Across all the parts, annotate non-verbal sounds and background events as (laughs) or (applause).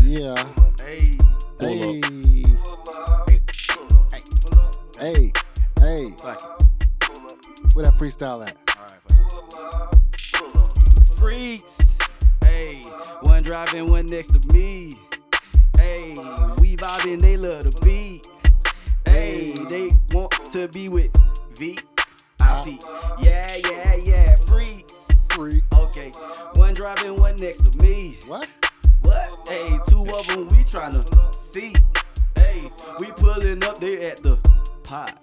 Yeah. Hey. Hey. Hey. Hey. Hey. Fuck it. Where that freestyle at? All right, fuck it. Freaks. Hey. One driving, one next to me. Hey. We vibing, they love the beat. Hey. They want to be with V. I P. Yeah, yeah, yeah. Freaks. Freak. Okay. One driving, one next to me. What? What? Hey, two of them we tryna see. Hey, we pulling up there at the pot.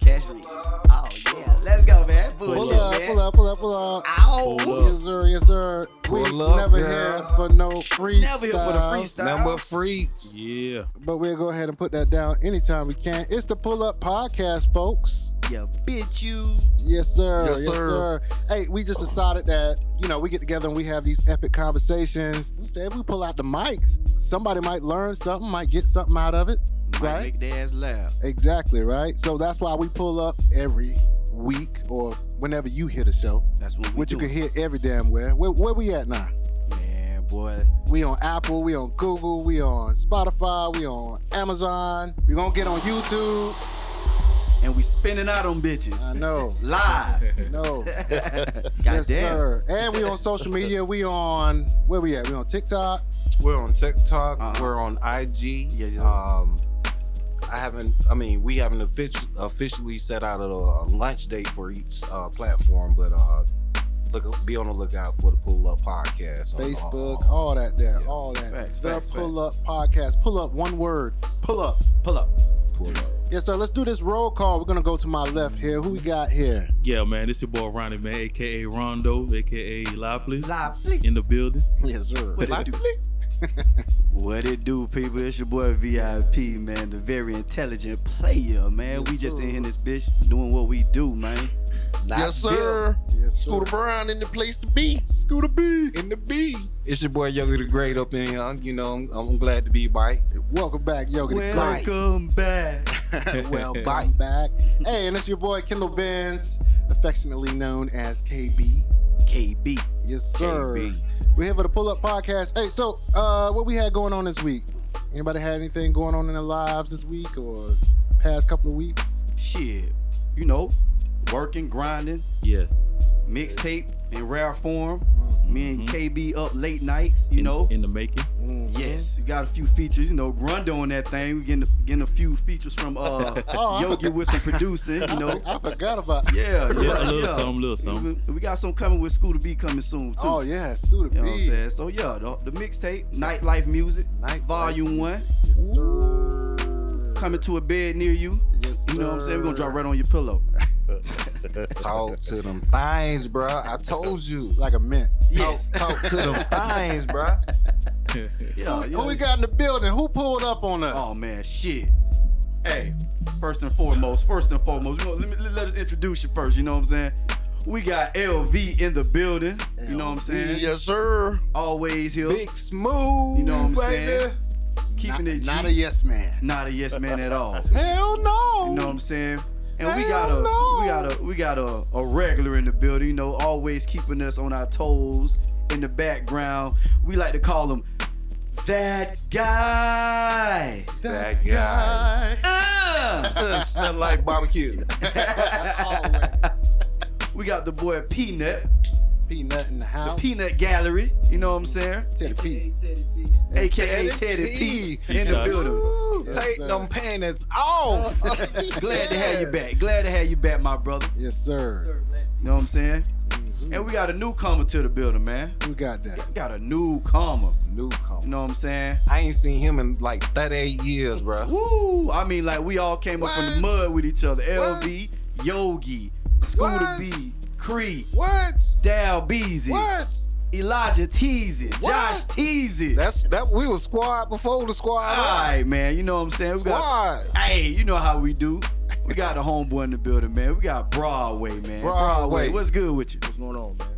Cash reeves. Oh yeah, let's go, man. Pull, Pull it, up, man. pull up, pull up, pull up. Ow. Pull up. Yes, sir, yes, sir. we Pull up, never girl. here for no freestyle. Never here for the freestyle. Number freaks. Yeah. But we'll go ahead and put that down anytime we can. It's the Pull Up Podcast, folks. Yeah, bitch, you. Yes, sir. Yes, sir. Hey, we just decided that, you know, we get together and we have these epic conversations. If we pull out the mics, somebody might learn something, might get something out of it. Might Right? make their ass laugh. Exactly, right? So that's why we pull up every week or whenever you hit a show, That's what we which you do. can hear every damn where. Where, where we at now? Man, boy. We on Apple, we on Google, we on Spotify, we on Amazon. We're gonna get on YouTube. And we spinning out on bitches. I know. (laughs) Live. (laughs) No. God yes, damn. sir. And we on social media. We on where we at? We on TikTok. We're on TikTok. Uh-huh. We're on IG. Yeah, yeah. Um, I haven't. I mean, we haven't offici- officially set out a, a launch date for each uh, platform, but uh, look, be on the lookout for the Pull Up Podcast. on uh, all- Facebook, all- all that there, Yeah. all that. Facts, the facts, pull up podcast. Pull up one word. Pull up. Pull up. Pull Up. Yes, sir. Let's do this roll call. We're gonna go to my left here. Who we got here? (laughs) Yeah, man. This your boy Ronnie, man, aka Rondo, aka Lopley. Live, please. In the building. Yes, sir. What it do? what it do, people? It's your boy VIP, man, the very intelligent player, man. Yes, we just sir. in here in this bitch doing what we do, man. Not Yes, built. sir. Yes, sir. Scooter Brown in the place to be. Scooter B. In the B. It's your boy Yogi the Great up in here. I'm- You know, I'm, I'm glad to be by. Welcome back, Yogi. the Great. Welcome back. (laughs) (laughs) well, bye back. Hey, and it's your boy Kendall Benz, affectionately known as KB. KB. Yes, sir. KB. We're here for the Pull Up Podcast. Hey, so uh, what we had going on this week? Anybody had anything going on in their lives this week or past couple of weeks? Shit. You know, working, grinding, Yes. mixtape in rare form. Me and KB up late nights, you In- know. In the making. Mhm. Yes, we got a few features. You know, Grundo on that thing. We getting getting a few features from uh Oh, I Yogi forgot- with some producing. (laughs) You know, I forgot (laughs) about. yeah, Yeah, yeah, a little yeah. something, little something. We- We got some coming with Scooter B coming soon too. Oh yeah, Scooter You know what I'm B. saying? So yeah, the, the mixtape, nightlife music, Night volume one, Yes, sir. coming to a bed near you. Yes, You know what I'm saying? We're gonna sir. drop right on your pillow. Talk to them thighs, bro. I told you. like a mint. Yes. Talk (laughs) to them thighs, bro. (laughs) yeah, you Who Oh, we know- got in the building? Who pulled up on us? Oh man, shit. Hey, first and foremost, first and foremost, we gonna- let me let us introduce you first. You know what I'm saying? We got LV in the building. You know what I'm saying? Yes, sir. Always here, Big smooth. You know what I'm baby. saying? not, keeping it not G. a yes man. not a yes man at all. Hell no. You know what I'm saying? And we Hell got a no. we got a we got a, a regular in the building, you know, always keeping us on our toes in the background. We like to call him that guy. That guy. (laughs) (laughs) Ah! smell (laughs) like barbecue. we got the boy Peanut, Peanut in the house. (laughs) Peanut Gallery, you know what I'm saying? Teddy (laughs) P. AKA Teddy P in the Yes, building. Yes, Take sir. them panties off. Glad to have you back. Glad to have you back, my brother. Yes, sir. You know what I'm saying? And we got a newcomer to the building, man. Who got that? Got a (laughs) newcomer. You Newcomer. know what I'm saying? I ain't seen him in like 38 years, bro. Woo! I mean, like we all came up from the What? mud with each other. LV, Yogi, Scooter What? B, Cree, What? Dal Beezy, What? Elijah Teasy, What? Josh Teasy. That's that. We was squad before the all squad. up. right, man. You know what I'm saying? We got, Squad. hey, you know how we do. We got a homeboy in the building, man. We got Broadway, man. Broadway. what's good with you? What's going on, man?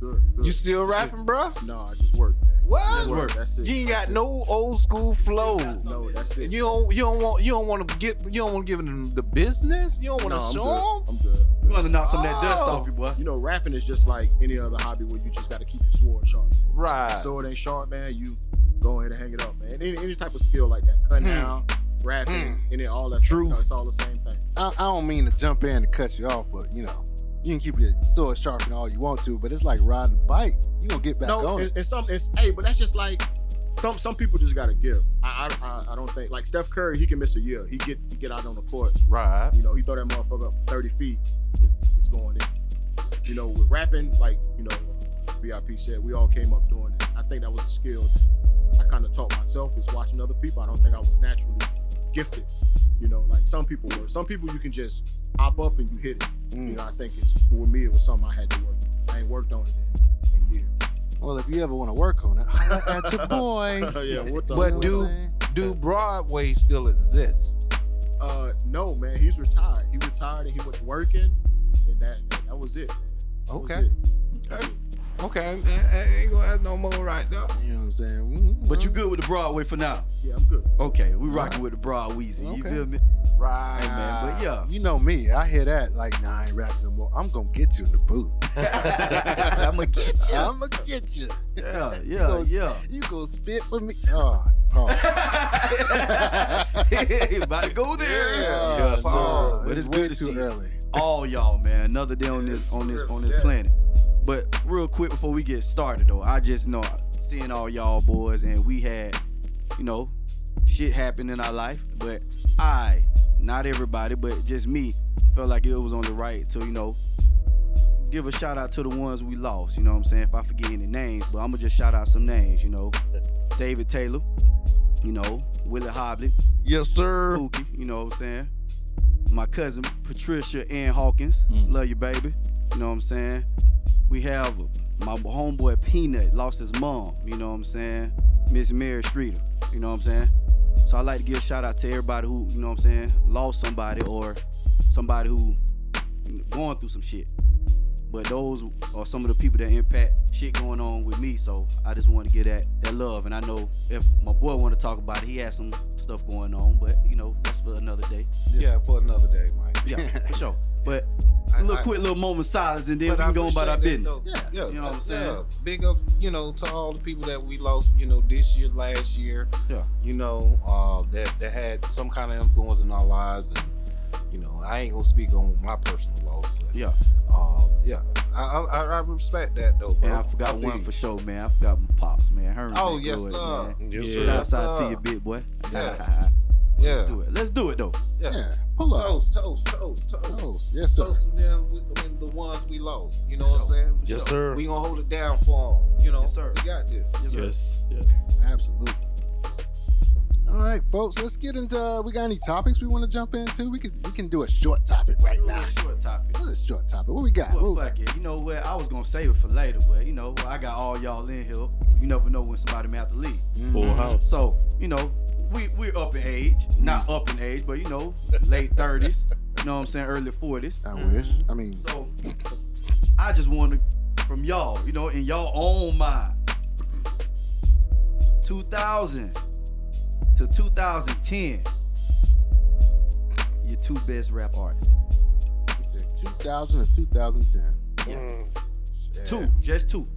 Good. You still rapping, bro? No, I just work, man. What? Just work. That's it. You ain't got no old school flow. No, that's it. You don't. You don't want. You don't want to get. You don't want to give them the business. You don't want no, to I'm show good. them. I'm good. I'm We're good. gonna knock some of that dust Oh. off you, boy. You know, rapping is just like any other hobby where you just got to keep your sword sharp. Right. Sword ain't sharp, man. You go ahead and hang it up, man. Any, any type of skill like that, cutting Hmm. down, rapping, Hmm. and then all that. stuff, you know, Truth. it's all the same thing. I, I don't mean to jump in and cut you off, but you know, you can keep your sword sharp and all you want to, but it's like riding a bike. You gonna get back no, on it, it. it's some. It's hey, but that's just like some. Some people just gotta give. I, I I I don't think like Steph Curry. He can miss a year. He get he get out on the court. Right. You know, he throw that motherfucker up thirty feet. it- It's going in. You know, with rapping, like you know, VIP said, we all came up doing that. I think that was a skill that I kind of taught myself is watching other people. I don't think I was naturally gifted. You know, like some people were. Some people you can just hop up and you hit it. You Mm. know, I think it's for me it was something I had to work. on. I ain't worked on it in, in years. Well, if you ever want to work on it, holla at your boy. (laughs) yeah, we'll talk. But You know do- what I'm saying? Do Broadway still exist? uh, no, man, he's retired. He retired and he was working, and that that, that was it. Man. That was Okay. it. Okay, I, I ain't gonna ask no more right now. You know what I'm saying? Mm, But you mm. good with the Broadway for now. Yeah, I'm good. Okay, we rocking with the Broadweezy. You Okay. feel me? Right, Hey man, but yeah. You know me. I hear that like, nah, I ain't rapping no more. I'm gonna get you in the booth. (laughs) I'ma get you. I'ma get you. Yeah, (laughs) yeah, yeah. You gonna spit with me? Oh, Paul. (laughs) about to go there. Yeah, Yeah, no, Paul. it's but it's way good to too see early. all y'all, man. Another day on this on this on this Yeah. planet. But real quick before we get started though, I just know seeing all y'all boys and we had, you know, shit happen in our life. But I, not everybody, but just me, felt like it was on the right to, you know, give a shout out to the ones we lost. You know what I'm saying? If I forget any names, but I'm gonna just shout out some names, you know. David Taylor, you know, Willie Hobley, Yes, sir. Pookie, you know what I'm saying? My cousin Patricia Ann Hawkins. Mm. Love you, baby. You know what I'm saying? We have my homeboy Peanut lost his mom, you know what I'm saying? Miss Mary Streeter, you know what I'm saying? So I like to give a shout out to everybody who, you know what I'm saying, lost somebody or somebody who going through some shit. But those are some of the people that impact shit going on with me. So I just want to get that that love. And I know if my boy want to talk about it, he has some stuff going on. But you know that's for another day. Yeah, for another day, Mike. Yeah, (laughs) for sure. But I- a little I- quick little moment of silence, and then but we I can go on about our appreciate business. that, business. though. Yeah, You know what I'm saying? yeah. Big ups, you know, to all the people that we lost, you know, this year, last year. Yeah. You know, uh, that that had some kind of influence in our lives, and you know, I ain't gonna speak on my personal loss, but Yeah. uh, yeah, I I, I respect that though. Bro. And I forgot feel one you. for sure, man. I forgot my pops, man. Herman Oh, Van yes, Gogh, sir. man. Yes, Shout sir. Yes, out to sir. you, big (laughs) boy. Yeah. Let's Yeah, do it. Let's do it though. yeah. Yeah, pull up. Toast, toast, toast, toast. Toast. Yes, sir. Toast to them with, with the ones we lost. You know what I'm Sure. saying? Yes, sir. We gonna hold it down for them. You know, Yes, sir. we got this. Yes. yes. Absolutely. All right, folks. Let's get into. uh, We got any topics we want to jump into? We could. We can do a short topic right Do now. a short topic. What's a short topic? What we got? Well, What- fuck it. You know what? I was gonna save it for later, but you know, I got all y'all in here. You never know when somebody may have to leave. Full Oh. house. So, you know, we we're up in age. Not Mm. up in age, but you know, late thirties. You know what I'm saying? Early forties. Mm-hmm. I wish. I mean, So I just want to from y'all, you know, in y'all own mind. 2000 to 2010, your two best rap artists. we said 2000 to 2010. Yeah. Mm. Two, just two,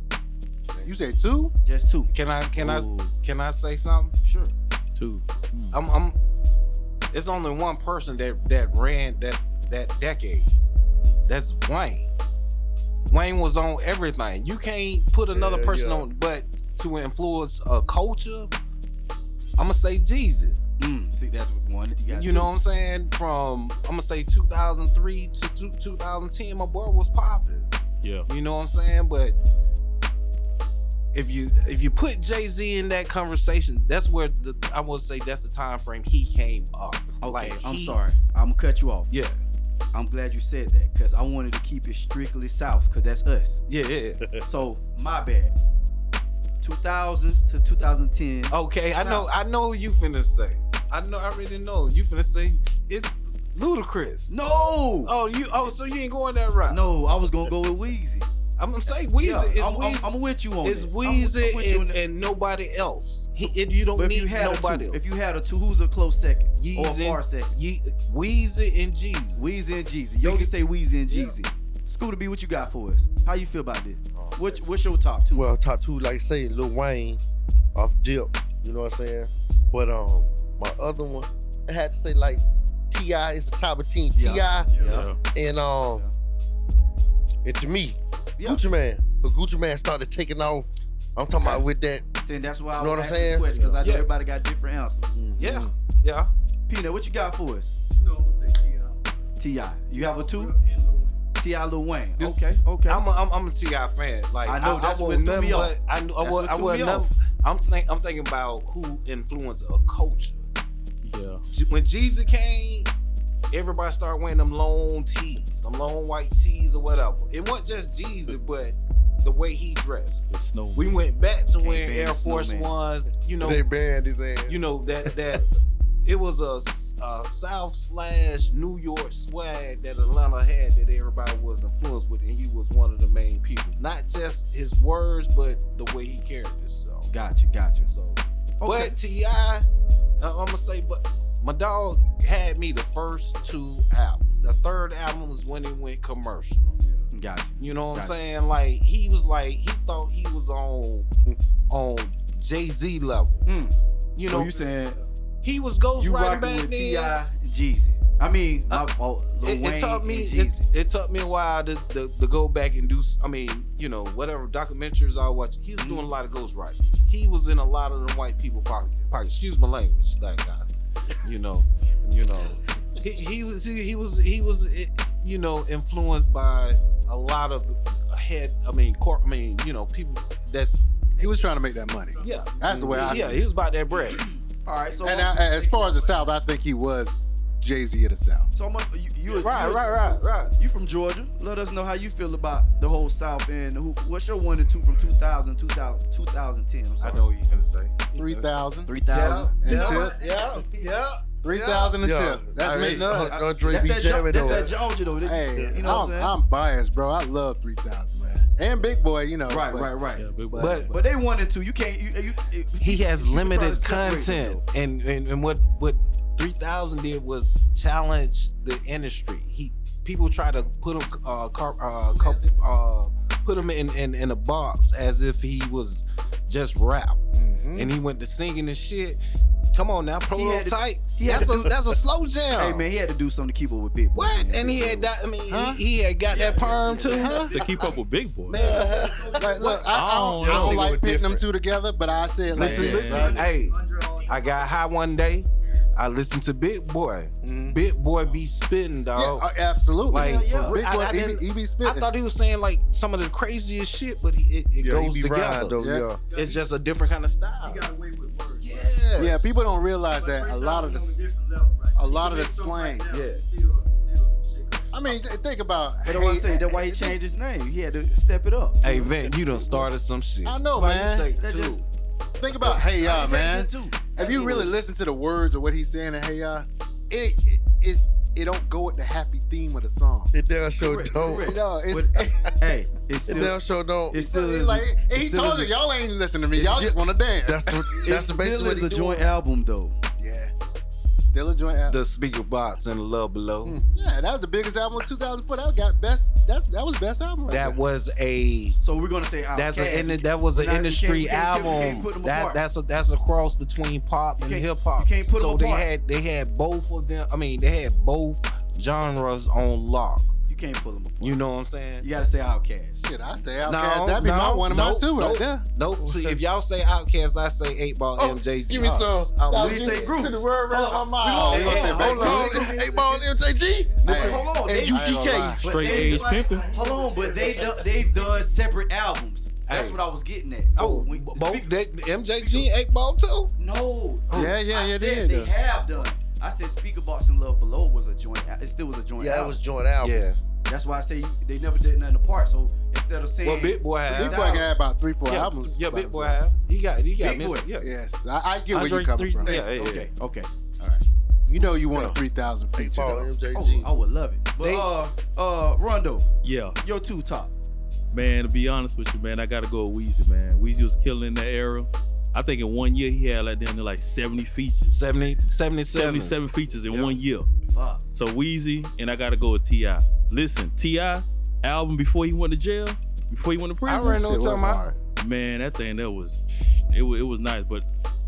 You said two? just two. Can I can Ooh. I can I say something? Sure. Two. I'm, I'm it's only one person that that ran that that decade. That's Wayne. Wayne was on everything. You can't put another Yeah, person yeah. on, but to influence a culture, I'm gonna say Jesus. Mm, see, that's one. You, got You two. know what I'm saying? From I'm gonna say 2003 to two- 2010, my boy was popping. Yeah. You know what I'm saying? But if you if you put Jay Z in that conversation, that's where the I would say that's the time frame he came up. Okay, Like, I'm he- sorry. I'm gonna cut you off. Yeah, I'm glad you said that because I wanted to keep it strictly South because that's us. (laughs) yeah, yeah. So my bad. 2000s to 2010. Okay, I know, I know what you finna say. I know, I already know you finna say it's ludicrous. No. Oh, you, oh, so you ain't going that route? No, I was gonna go with Weezy. I'm, I'm saying Weezy. Yeah, it's I'm, Weezy. I'm, I'm with you on it's that. I'm- Weezy I'm with you on and, that. and nobody else. He, it, you don't But if need you had nobody a two, else. if you had a two, who's a close second or a Yeezy. far second? Ye, Weezy and Jesus. Weezy and Jeezy. Yo, can say Weezy and Jeezy. Scooter B, what you got for us? How you feel about this? Oh, What, what's your top two? Well, top two, like I say, Lil Wayne off Dip You know what I'm saying? But um, my other one, I had to say like Ti is the top of team. Ti Yeah. Yeah. and um, and to me, Yeah. Gucci Man. The Gucci Man started taking off. I'm talking about with that. See, and that's why I Know was what I'm asking this saying? question because I know Yeah. everybody got different answers. Yeah, yeah. Peanut, what you got for us? No, I'm gonna say T.I. Ti, you have a two. and Lil Wayne. Ti, Lil Wayne. Dude, Okay, okay. I'm a, I'm, I'm a Ti fan. Like I know, that's I, I what threw nothing me off. but- I, knew- I, That's was, what I threw was me nothing- off. I'm think I'm thinking about who influenced a culture. Yeah. J- When Jesus came, everybody started wearing them long tees, them long white tees or whatever. It wasn't just Jesus, but the way he dressed. The snow. We went back to Can't wearing ban Air the Force snowman. Ones. You know, They banned his ass. you know that that it was a, s- a South slash New York swag that Atlanta had that everybody was influenced with, and he was one of the main people. Not just his words, but the way he carried himself. Gotcha, gotcha. So, Okay. but Ti, I- I'm gonna say, but my dog had me the first two albums. The third album was when it went commercial. Gotcha. You know what Gotcha. I'm saying? Like he was like he thought he was on on Jay Z level. Mm. You so know, you saying he was Ghost you Rider rocking back with Ti, then. and Jeezy? I mean, my fault. Lil It, Wayne it took me and it, Jeezy. it took me a while to, to, to go back and do. s- I mean, you know, whatever documentaries I watched, he was doing a lot of Ghost Rider. He was in a lot of them white people pocket. pocket excuse my language, that guy. You know, (laughs) you know, he, he was he, he was he was eh, you know influenced by a lot of head. I mean, corp. I mean, you know, people. That's He was trying to make that money. yeah, That's the way I. yeah. Yeah. He was about that bread. All right, so And I'm- I, uh, as far as the South, I think he was Jay Z of the South. so much you, you (laughs) Right, you- right, right, right. You from Georgia? Let us know how you feel about the whole South and who, what's your one and two from 2000, 2000 2010. I'm I sorry. know what you're gonna say. 3,000. 3000. And yeah, Tip. yeah, yeah. 3,000 and Yeah. Tip. That's I me. already know. Uh, Andre That's be that, Geo- jamming that's on that it. Georgia though. This- Hey, you know I'm, what I'm saying? I'm biased, bro. I love 3,000, man. And Big Boy, you know. right, but- right, right. Yeah, big But, boy. but, But they one and two. You can't. You, you, you- he has You were trying to limited separate it, content and, and and what what 3000 did was challenge the industry he people try to put him uh, car, uh, car, uh put him in, in in a box as if he was just rap mhm. and he went to singing and shit come on now had to- prototype Mm-hmm. he had that's to a that's a slow hey jam man, he had to do something to keep up with Big Boy. what man. and he had that i mean he, he had got that perm too huh to keep up with Big Boy. (laughs) man Like, look, I, I don't, I I don't don't know. like putting them Different. two together, but I said, like, listen this, listen right? hey Andre on I got high one day. I listened to Big Boy. Mm-hmm. Big Boy be spitting, dog. Yeah, uh, absolutely. Like, Hell yeah. Big I- Boy, I he, didn't- be, he be I spitting. thought he was saying like some of the craziest shit, but he, it, it Yeah, he goes be together. riding though. Yeah. Yeah. it's just a different kind of He style. got away with words. Yeah. yeah, people don't realize But that a lot 3000 of on the. a different level, right? a He lot can of make the something slang, now yeah. and Still, and still shit go. I mean, th- think about. But that's why I hey, say that's why he hey, changed his name. He had to step it up. Hey, Vent, you done started some shit. I know, Why you man. say That's two? just- Think about Hey Ya, He man. changed it, too. If you really listen to the words of what he's saying in Hey Ya, it it it's, it don't go with the happy theme of the song. It damn sure Correct, don't. correct. You know, it's, (laughs) But- hey, it's It still damn sure don't. it's still is like and he still told you is- y'all ain't listening to me. Y'all just want to dance. That's the, it's that's the still basically what is he a doing. joint album though. (laughs) yeah, still a joint album. The speaker box and the love below. yeah, that was the biggest album of 2004. That got best. That's that was best album. Right That there. was a So we're gonna say that's Outkast. a We in, that was an Now, you can't- industry you can't- you can't album. put 'em apart. That that's a that's a cross between pop and can't- hip hop. you can't put 'em So they apart. had they had both of them. I mean, they had both genres on lock. You can't pull them apart. You know what I'm saying? You gotta say Outkast. shit. I say Outkast. That'd be my one of nope, my two right nope, there. Nope. See, if y'all say Outkast, I say Eight Ball Oh, MJG. give me some. I'm We with say it. groups. To the word right Hold out on. of my mouth. We You gonna- gonna say hold on. Bang Hold on. Bang? Eight ball MJG Listen, Hey, hold on. and They, I ain't gonna lie. UGK. but Straight they- A's pimping. Hold on, but they done, they've done separate albums. That's Hey. what I was getting at. Oh, we- both speak- that MJG and Eight Ball too. No. Yeah, yeah, I yeah, said they they did, though. have done. I said Speaker Box and Love Below was a joint. al- It still was a joint. Yeah, that album. was joint album. Yeah. That's why I say you, they never did nothing apart. So instead of saying Well, Big Boy Big have. Boy got about three, four yeah, albums. Yeah, Big Boy Yes, have. He got. He got. Big missed- Boy. Yeah. I, I get where Andre you're coming three- from. Yeah, yeah, yeah. okay, okay. You know you want Yeah. a 3,000 feature. Eight ball though. Oh, MJG. I would love it. But They- uh, uh, Rondo, Yeah. your two top. Man, to be honest with you, man, I gotta go with Weezy, man. Weezy was killing in that era. I think in one year he had like down to like 70 features. 70, 77. 77 features in Yeah. one year. Fuck. So Weezy and I gotta go with T.I. Listen, T.I. album before he went to jail, before he went to I prison. already know what Shit you're was talking about. hard. Man, that thing that was it, wa- it was nice, but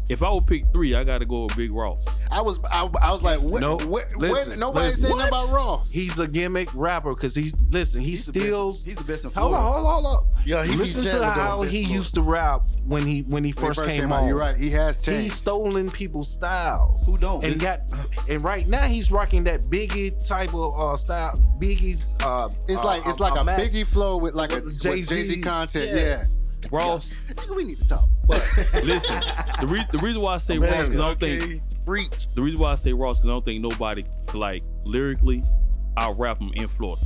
If I would pick three, I got to go with Big Ross. I was I, I was like, what, No, what, what? listen, Nobody listen. said nothing What? about Ross. He's a gimmick rapper because he's listen. He He's the best- steals. He's the best in Hold Florida. on, hold on, hold on. Yeah, he be Listen jamming to on how this he floor. used to rap when he when he When he first, came on. You're right. He has He's changed. stolen people's styles. Who don't? And This- got and right now he's rocking that Biggie type of uh, style. Biggie's uh, It's uh, like it's like uh, a Mac. Biggie flow with like a Jay Jay-Z. Z content. Yeah. Yeah. (laughs) Ross, Nigga, we need to talk. listen. The, re- the reason why I say Ross because I don't think Breach. the reason why I say Ross because I don't think nobody like lyrically, I rap him in Florida.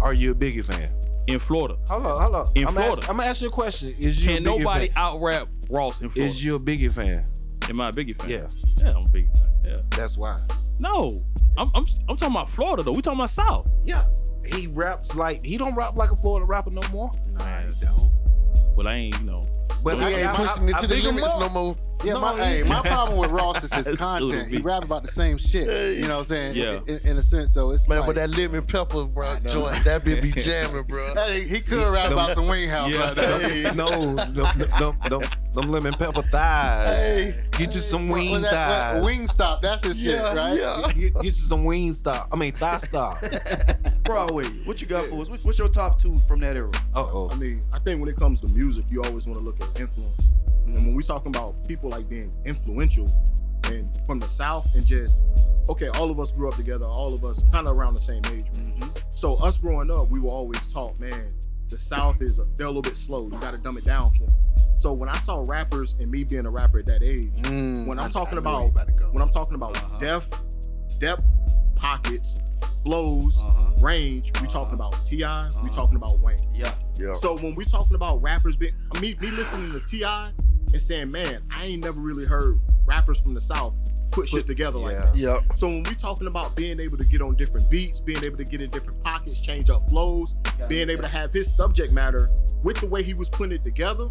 Are you a Biggie fan? In Florida, Hold on, hold on. In I'm Florida. ask, I'm gonna ask you a question. Is you can a Biggie nobody fan? out rap Ross in Florida? Is you a Biggie fan? Am I a Biggie fan? Yeah, yeah, I'm a Biggie fan. Yeah, that's why. no, I'm I'm, I'm talking about Florida though. We talking about South. Yeah, he raps like he don't rap like a Florida rapper no more. Nah, he don't. Well, I ain't you know. But We I, ain't I, pushing I, it I to the big him limits up. no more. Yeah, No, my, he- hey, my problem with Ross is his That's content. He stupid. rap about the same shit. You know what I'm saying? Yeah. In, in, in a sense, so it's Man, like, but that lemon pepper bro, know. joint, that bitch (laughs) be jamming, bro. that- he could rap about some wing house Yeah. right (laughs) now. no, them, them, them, them lemon pepper thighs. Hey, Get you some wing Was that- thighs. what- wing stop, that's his yeah, shit, right? yeah. Get, get you some wing stop. I mean thigh (laughs) stop. Broadway. What you got for us? What- What's your top two from that era? Uh oh. I mean, I think when it comes to music, you always want to look at influence. And when we talking about people like being influential and from the South and just, okay, all of us grew up together, all of us kind of around the same age. Mm-hmm. So us growing up, we were always taught, man, the South is, they're a little bit slow. You got to dumb it down for them. So when I saw rappers and me being a rapper at that age, Mm, when I'm talking about, when I'm talking about Uh-huh. depth, depth, pockets, flows, Uh-huh. range, we talking about Ti, we talking about Wayne. Yeah. Yeah. So when we talking about rappers, being, me me listening to Ti and saying, man, I ain't never really heard rappers from the South put shit together like yeah. that. Yep. So when we talking about being able to get on different beats, being able to get in different pockets, change up flows, Gotta being do able to that. have his subject matter with the way he was putting it together,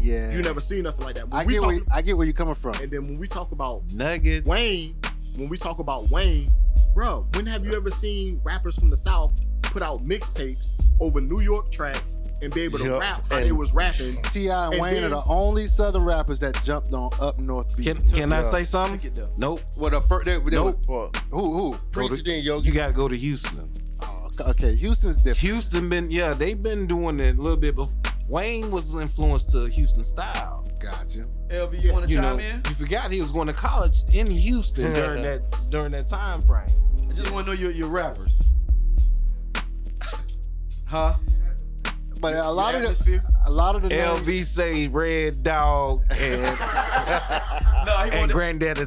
Yeah. you never see nothing like that. When I we get, where, talking- I get where you're coming from. and then when we talk about Nuggets. Wayne, when we talk about Wayne, bro, when have you ever seen rappers from the South put out mixtapes over New York tracks and be able to Yup, rap how and- they was rapping? T.I. and And Wayne then- are the only Southern rappers that jumped on up north beat. Can can I Yeah. say Look something? at that. Nope. well, the first, they, they Nope. were- who, who? Preach it then, You Yogi. gotta go to Houston. Oh, okay, Houston's different. Houston been yeah, they've been doing it a little bit before. Wayne was influenced to Houston style. Gotcha. Elvin, you want to You chime know, in? you forgot he was going to college in Houston during that during that time frame. I just want to know your, your rappers. Huh? But a lot Your of the, atmosphere? a lot of the names- LV say Red Dog (laughs) and, No, he and wanted Granddaddy (laughs)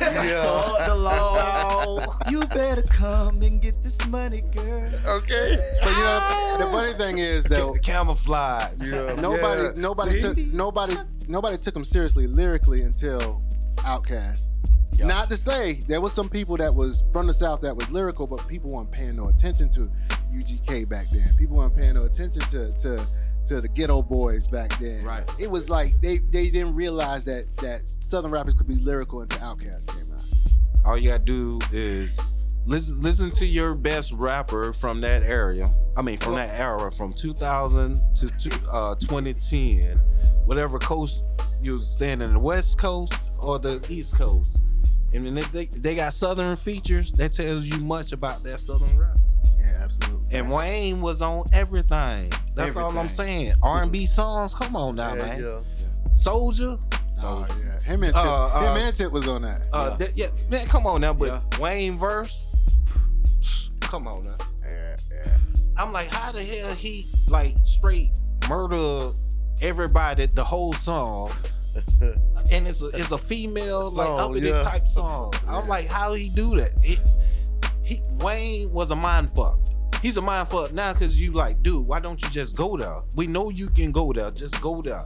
(laughs) Yeah. Oh, the law. you better come and get this money, girl. Okay. But you know, the funny thing is though, Ca- camouflage. Yeah. nobody, Yeah. nobody See? took nobody, nobody took him seriously lyrically until Outkast. Yeah. Not to say there was some people that was from the South that was lyrical, but people weren't paying no attention to UGK back then. People weren't paying no attention to to to the ghetto boys back then. Right. It was like they they didn't realize that that Southern rappers could be lyrical until Outkast came out. All you gotta do is listen listen to your best rapper from that area. I mean, from that era, from 2000 to two- uh, 2010, whatever coast you was standing, the West Coast or the East Coast. And then if they, they got Southern features, that tells you much about that Southern rap. Yeah, absolutely. And Wayne was on everything. That's all I'm Everything. saying. R&B songs, come on now, yeah, man. yeah. Soldier, oh yeah, him and Tip, Uh, him uh, and Tip was on that. Uh, that- yeah. man, come on now, but Yeah. Wayne verse, come on now. I'm like, how the hell he like straight murder everybody the whole (laughs) song, and it's a, it's a female like Song, up in yeah. it type song. I'm like, how he do that? It, he Wayne was a mind fuck. He's a mind fuck now because you like, dude, why don't you just go there? We know you can go there. Just go there.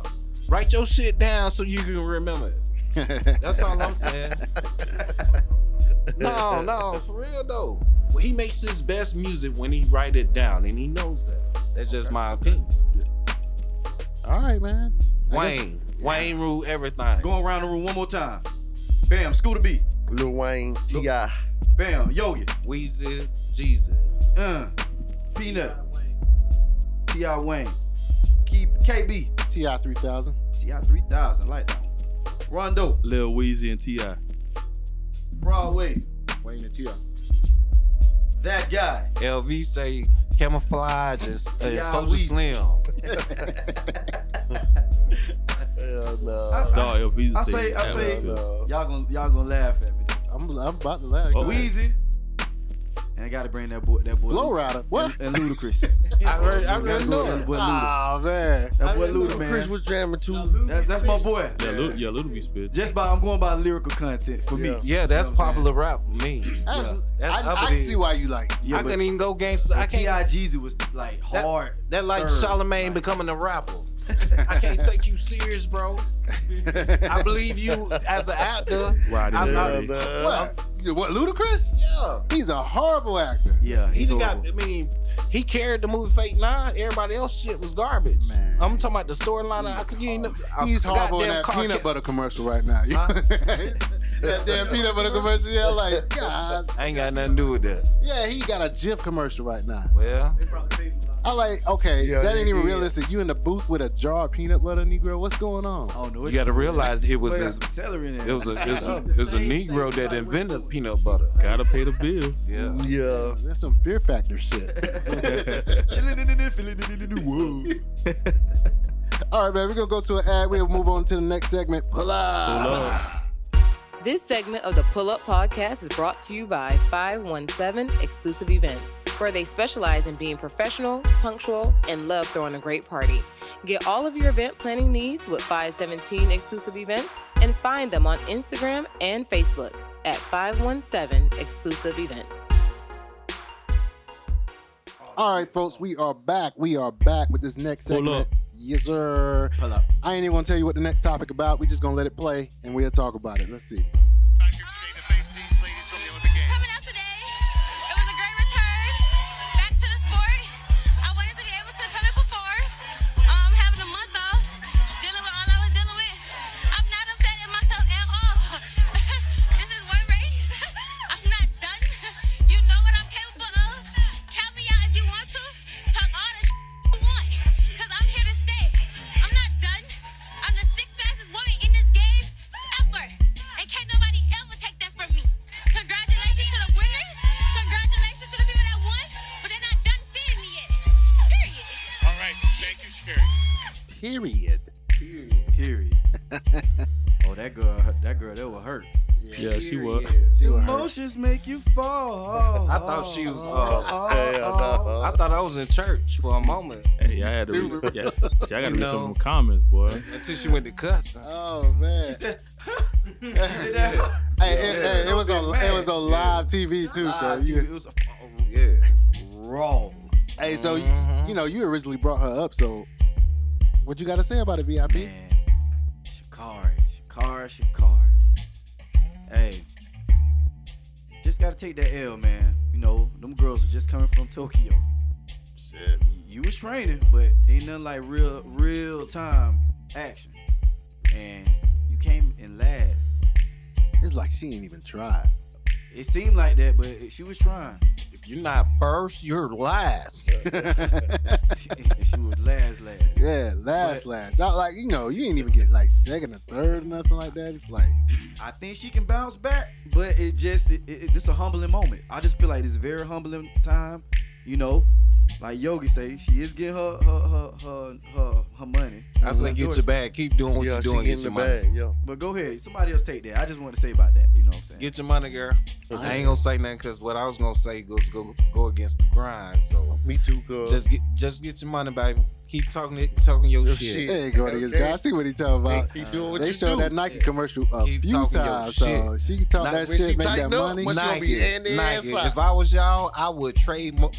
Write your shit down so you can remember it. That's all (laughs) I'm saying. no, no, for real though. Well, he makes his best music when he write it down, and he knows that. That's just my opinion. (laughs) All right, man. I guess- Wayne, Wayne rule everything. Going around the room one more time. Bam, Scooter B. Lil Wayne, Ti. Bam, Yogi. Weezy, Jesus. Uh, Peanut. T.I. Wayne. Keep KB. Ti three thousand. T.I. 3000. Like that one. Rondo, Lil Weezy and T.I. Broadway, Wayne and Ti. that (laughs) guy. LV say camouflage is uh, Yeah, Soldier we- Slim. Hell I- no. Dog, LV's I say- I say- Hell no. y'all gonna y'all gonna laugh at me. though. I'm, I'm about to laugh. Oh, we- Weezy, and I gotta bring that boy that boy Flow Rider. What? and, and Ludacris. (laughs) I already, I You gotta already go know with it. that boy Luda. Ah man. That boy I didn't Luda, know. Chris man. was jamming too. That's, that's my boy. Yeah, Lil, yeah, Lil be spit. Just by I'm going by lyrical content for me. Yeah, that's You know what I'm popular rap for me. That's- That's I, up I there. see why you like. it. Yeah, I but- couldn't even go gangster. I But can't. Ti Jeezy was like hard. That like Third. Charlemagne becoming a rapper. I (laughs) can't take you serious, bro. (laughs) I believe you as an actor. Riding I'm not- dirty. What? You- What? Ludacris? Yeah, He's a horrible actor. Yeah, he he's done got. horrible. I mean, he carried the movie Fake Nine. Everybody else shit was garbage. Man. I'm talking about the storyline. I could you ain't know- I- He's horrible in goddamn that car peanut ca- butter commercial right now. Huh? (laughs) that damn peanut butter commercial. Yeah, like God. I ain't got nothing to do with that. Yeah, he got a Jif commercial right now. Well, They probably paid him a lot. I like. Okay, Yeah, that ain't even yeah. realistic. You in the booth with a jar of peanut butter, Negro. What's going on? I don't know. you It's- got to realize it was Boy, got a, some celery in there. it was a it (laughs) was a, it was a Negro that invented peanut butter. Gotta pay the bills. Yeah. Yeah. Uh, That's some Fear Factor shit. (laughs) All right, man. We're gonna go to an ad. We'll move on to the next segment. Pull up. Pull up. This segment of the Pull Up Podcast is brought to you by 517 Exclusive Events, where they specialize in being professional, punctual, and love throwing a great party. Get all of your event planning needs with 517 Exclusive Events and find them on Instagram and Facebook at 517 Exclusive Events. All right, folks. We are back. We are back with this next Pull segment. up. Yes, sir. Pull up. I ain't even gonna tell you what the next topic about. We just gonna let it play and we'll talk about it. Let's see. back here today to face these ladies from the Olympic Games. Coming out today, it was a great return back to the sport. I wanted to be able to come and perform. Um, having a month off, dealing with all I was dealing with. I'm not upset at myself at all. (laughs) this is one race. (laughs) I'm not done. You know what I'm capable of. Count me out if you want to. Talk all the you want, cause I'm here to stay. I'm not done. I'm the sixth fastest woman in this game ever, and can't nobody ever take that from me. Congratulations to the winners. Congratulations to the people that won, but they're not done seeing me yet. Period. All right, thank you, Sherry. Period. Period. (laughs) oh, that girl, that girl, that was hurt. Yeah, she was. She was hurt. Emotions make you fall. I thought (laughs) she was, uh, (laughs) Hell no. I thought I was in church for a moment Hey, I had to read. Yeah, see, I gotta You read know. some of the comments, boy. until she went to cuss. Oh man. She said, she did that. Hey, it, hey, it was on man. it was on live TV too. So Ah, you, dude, it was a- Yeah. wrong. hey, so you- Mm-hmm. you know you originally brought her up. So what you got to say about it, VIP? Man, Shakari, Shakari, Shakari. Hey, just gotta take that L, man. You know, them girls are just coming from Tokyo. Shit. You was training, but ain't nothing like real, real time action. And you came in last. It's like she ain't even tried. It seemed like that, but it- she was trying. (laughs) If you're not first, you're last. She, and she was last, last. Yeah, last But- last. Not like you know you ain't even get like second or third or nothing like that. It's like I think she can bounce back, but it just it, it, it- this a humbling moment. I just feel like this very humbling time, you know. Like Yogi say, she is getting her her her her her, her money. I say get your bag. Keep doing what Yeah, you're she doing. in Get your the money. bag. Yeah. But go ahead, somebody else take that. I just want to say about that. You know what I'm saying? Get your money, girl. I ain't gonna say nothing because what I was gonna say goes go go against the grind. So Me too, cuz. just get just get your money, baby. Keep talking it- talking your Your shit. shit. there you go, niggas. Okay. I see what he talking about. He doing what They you showed do. that Nike commercial a Keep few talking your times. So she can talk Not that when she shit, make that tighten up, money. when she- gonna Nike, be in there Nike. inside. If I was y'all, I would trade. Mo-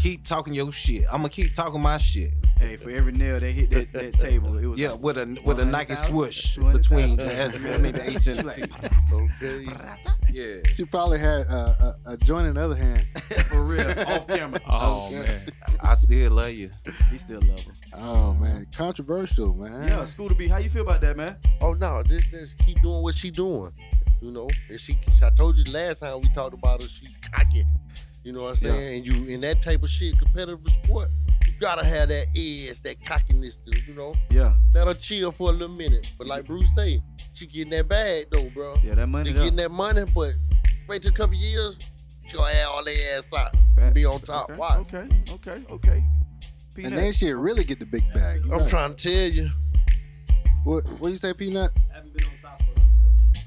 keep talking your shit. I'm gonna keep talking my shit. hey, for every nail they hit that, that table, it was Yeah, like, with a with a Nike 100,000, swoosh 200,000. between the S, I mean the H and the T. (laughs) Okay. (laughs) Yeah. She probably had a, a, a joint in the other hand. for real (laughs) off camera. Oh man, I still love you. He still love her. Oh man, controversial man. Yeah, Scooter B, how you feel about that, man? Oh no, just, just keep doing what she doing. You know, and she. I told you last time we talked about her. She cocky. You know what I'm Yeah. saying? And you in that type of shit, competitive sport, you gotta have that edge, that cockiness. To, you know, Yeah, let her chill for a little minute. But like Bruce say, she getting that bag though, bro. Yeah, that money They though. getting that money, but wait till a couple years, she gonna have all their ass out. Right. Be on top. Okay, Watch. Okay, okay, okay. And then shit really get the big bag. you I'm right. trying to tell you. What what you say, Peanut? haven't been on top of it.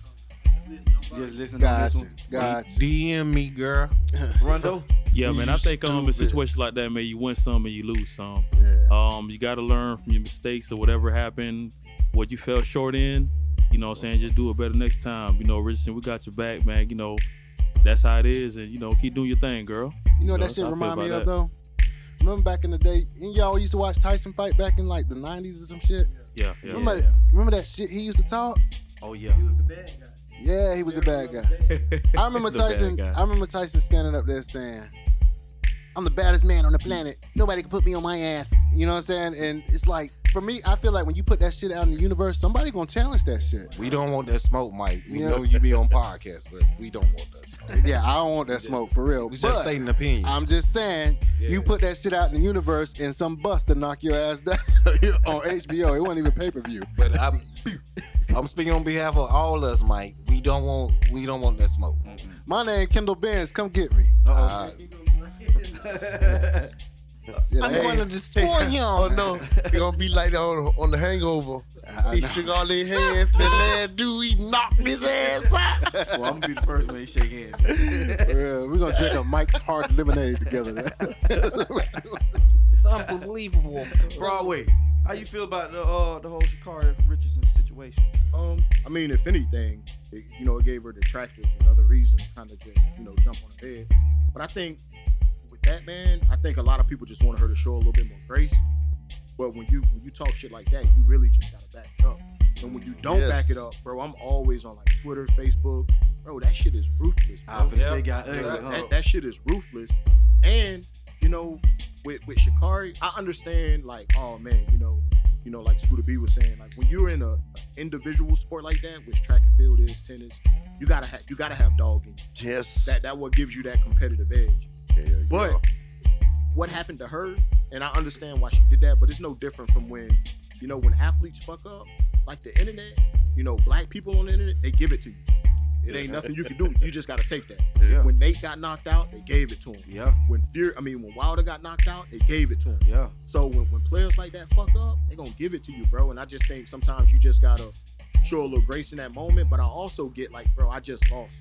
Just listen, I'm Just listen Gotcha. to this one. Gotcha. DM me, girl. Rondo. Yeah, You man. I think um, in stupid. situations like that, man, you win some and you lose some. Yeah. Um, you got to learn from your mistakes or whatever happened, what you fell short in. You know what I'm saying? Just do it better next time. You know, Richardson, we got your back, man. You know, that's how it is. And, you know, keep doing your thing, girl. You know what No, that shit I feel remind me about of though? Remember back in the day, and y'all used to watch Tyson fight back in like the nineties or some shit? Yeah, yeah. remember, yeah. remember that shit he used to talk? Oh yeah. He was the bad guy. Yeah, he was a bad guy. I remember The bad Tyson. guy. I remember Tyson standing up there saying, "I'm the baddest man on the planet. Nobody can put me on my ass." You know what I'm saying? And it's like, for me, I feel like when you put that shit out in the universe, somebody gonna challenge that shit. We don't want that smoke, Mike. We Yeah. know you be on podcast, but we don't want that smoke. Yeah, I don't want that smoke for real. We just but stating opinion. I'm just saying, Yeah. you put that shit out in the universe, and some bus to knock your ass down (laughs) on HBO. It wasn't even pay per view. but I'm, I'm speaking on behalf of all us, Mike. We don't want we don't want that smoke. My name Kendall Benz. Come get me. Uh-huh. Uh, Shit, I I'm ain't- going to destroy him. Oh no, he gonna be like that on, on the Hangover. I He know. shook all his hands. The last dude, he knocked his ass out. Well, I'm gonna be the first one to shake hands. For real. We're gonna drink a Mike's Hard Lemonade together. it's unbelievable. (laughs) Broadway. How you feel about the uh the whole Shakari Richardson situation? Um, I mean, if anything, it, you know, it gave her detractors another reason to kind of just, you know, jump on her head. But I think with that man, I think a lot of people just wanted her to show a little bit more grace. But when you when you talk shit like that, you really just gotta back it up. And when you don't Yes. back it up, bro, I'm always on like Twitter, Facebook, bro. That shit is ruthless. Bro. Ah, for they got ugly. That, huh? that, that shit is ruthless. And you know, with with Shikari, I understand like, oh man, you know, you know, like Scooter B was saying, like when you're in a, a individual sport like that, which track and field is, tennis, you gotta have you gotta have dog in you. Yes. That that what gives you that competitive edge. Hell yeah. But what happened to her, and I understand why she did that, but it's no different from when, you know, when athletes fuck up, like the internet, you know, black people on the internet, they give it to you. It ain't nothing you can do. You just gotta take that. Yeah. When Nate got knocked out, they gave it to him. Yeah. When Fury, I mean, when Wilder got knocked out, they gave it to him. Yeah. So when, when players like that fuck up, they gonna give it to you, bro. And I just think sometimes you just gotta show a little grace in that moment. But I also get like, bro, I just lost,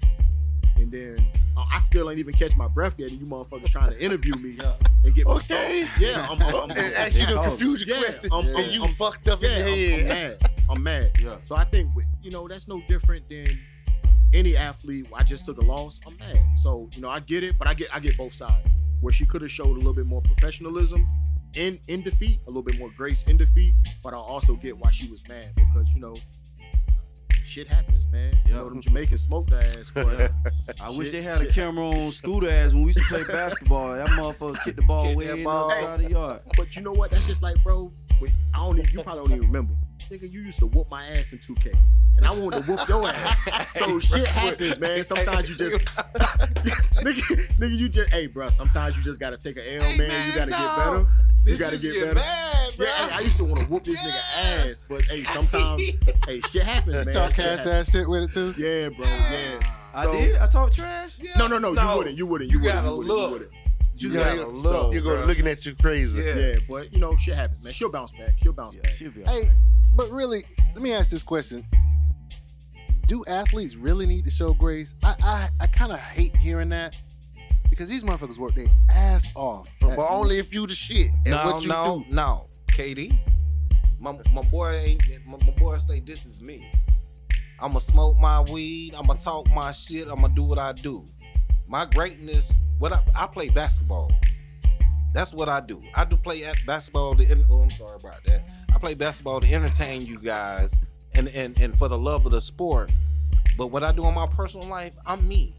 and then uh, I still ain't even catch my breath yet, and you motherfuckers trying to interview me Yeah. and get my Okay. yeah, I'm, I'm, I'm, (laughs) And ask you the I'm- confusion yeah, question, Um, I'm- I'm- and you I'm- fucked up yeah, in the I'm, I'm head. mad. I'm mad. Yeah. So I think with- you know that's no different than any athlete. I just took a loss. I'm mad. So you know I get it, but I get I get both sides. Where she could have showed a little bit more professionalism in in defeat, a little bit more grace in defeat, but I also get why she was mad because you know shit happens, man. You Yeah. know them Jamaicans smoked their ass, but (laughs) I Shit, wish they had a shit. camera on Scooter ass when we used to play basketball. That motherfucker kicked the ball Kick way that in ball. outside the yard. but you know what? That's just like, bro. Wait, I don't. Even, you probably don't even remember. Nigga, you used to whoop my ass in 2K, and I wanted to whoop your ass. (laughs) So shit happens, man. Sometimes you just, nigga, nigga, you just, hey, bro. Sometimes you just gotta take an L, Hey, man. man, You gotta no. get better. You This gotta just get better. Mad, bro. Yeah, hey, I used to want to whoop this nigga ass, but (laughs) hey, sometimes, hey, shit happens, man. Talk Shit cash happens. ass shit with it too. Yeah, bro. Yeah. I So- did. I talked trash. No, no, no. You wouldn't. You wouldn't. You, You wouldn't. gotta You wouldn't. look. You wouldn't. (laughs) You You gotta gotta look. You're gonna bruh. looking at you crazy. Yeah. Yeah, but you know, shit happens, man. She'll bounce back. She'll bounce Yeah, back. she'll be all Hey, but really, let me ask this question. Do athletes really need to show grace? I I, I kind of hate hearing that because these motherfuckers work their ass off. But only if you the shit and no, what you no, no, Katie. My, my boy ain't. My, my boy say this is me. I'ma smoke my weed. I'ma talk my shit. I'ma do what I do. My greatness. What I, I play basketball. That's what I do. I do play at basketball. To, en- oh, I'm sorry about that. I play basketball to entertain you guys, and and and for the love of the sport. But what I do in my personal life, I'm me.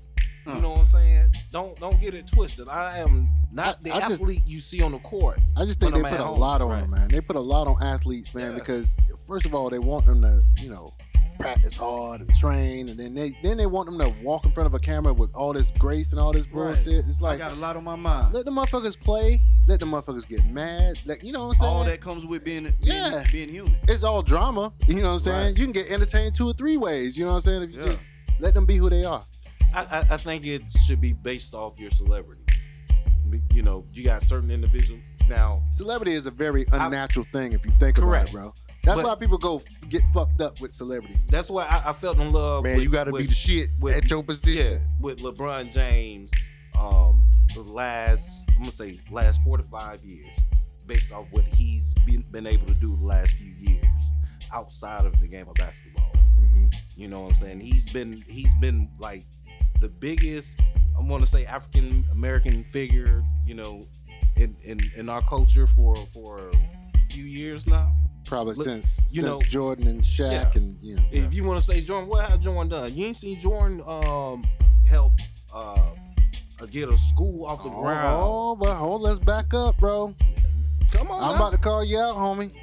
You Mm. know what I'm saying? Don't don't get it twisted. I am not the I just- athlete you see on the court. I just think When they I'm put at a home, lot on right. them, man. They put a lot on athletes, man, Yeah. because first of all, they want them to, you know, practice hard and train, and then they then they want them to walk in front of a camera with all this grace and all this Right. bullshit. It's I like got a lot on my mind. let the motherfuckers play. Let the motherfuckers get mad. Let, you know what I'm saying? All that comes with being, being Yeah. being human. it's all drama. You know what I'm saying? You can get entertained two or three ways. You know what I'm saying? If you Yeah. just let them be who they are. I, I, I think it should be based off your celebrity. Be- You know, you got certain individual now. Celebrity is a very unnatural thing if you think about Correct. it, bro. That's But- why people go get fucked up with celebrity. That's why I, I felt in love. Man, with- you gotta with- be the shit with- at your position. Yeah, with LeBron James, um, the last I'm gonna say last four to five years, based off what he's been been able to do the last few years outside of the game of basketball. Mm-hmm. You know what I'm saying? He's been he's been like the biggest I'm gonna say African American figure, you know, in, in in our culture for for a few years now. Probably Look, since you since know- Jordan and Shaq Yeah. and you know. If you want to say Jordan, what has Jordan done? You ain't seen Jordan um help uh get a school off the Oh, ground. oh, but hold, let's back up, bro. Come on, Oh. I'm now. about to call you out, homie.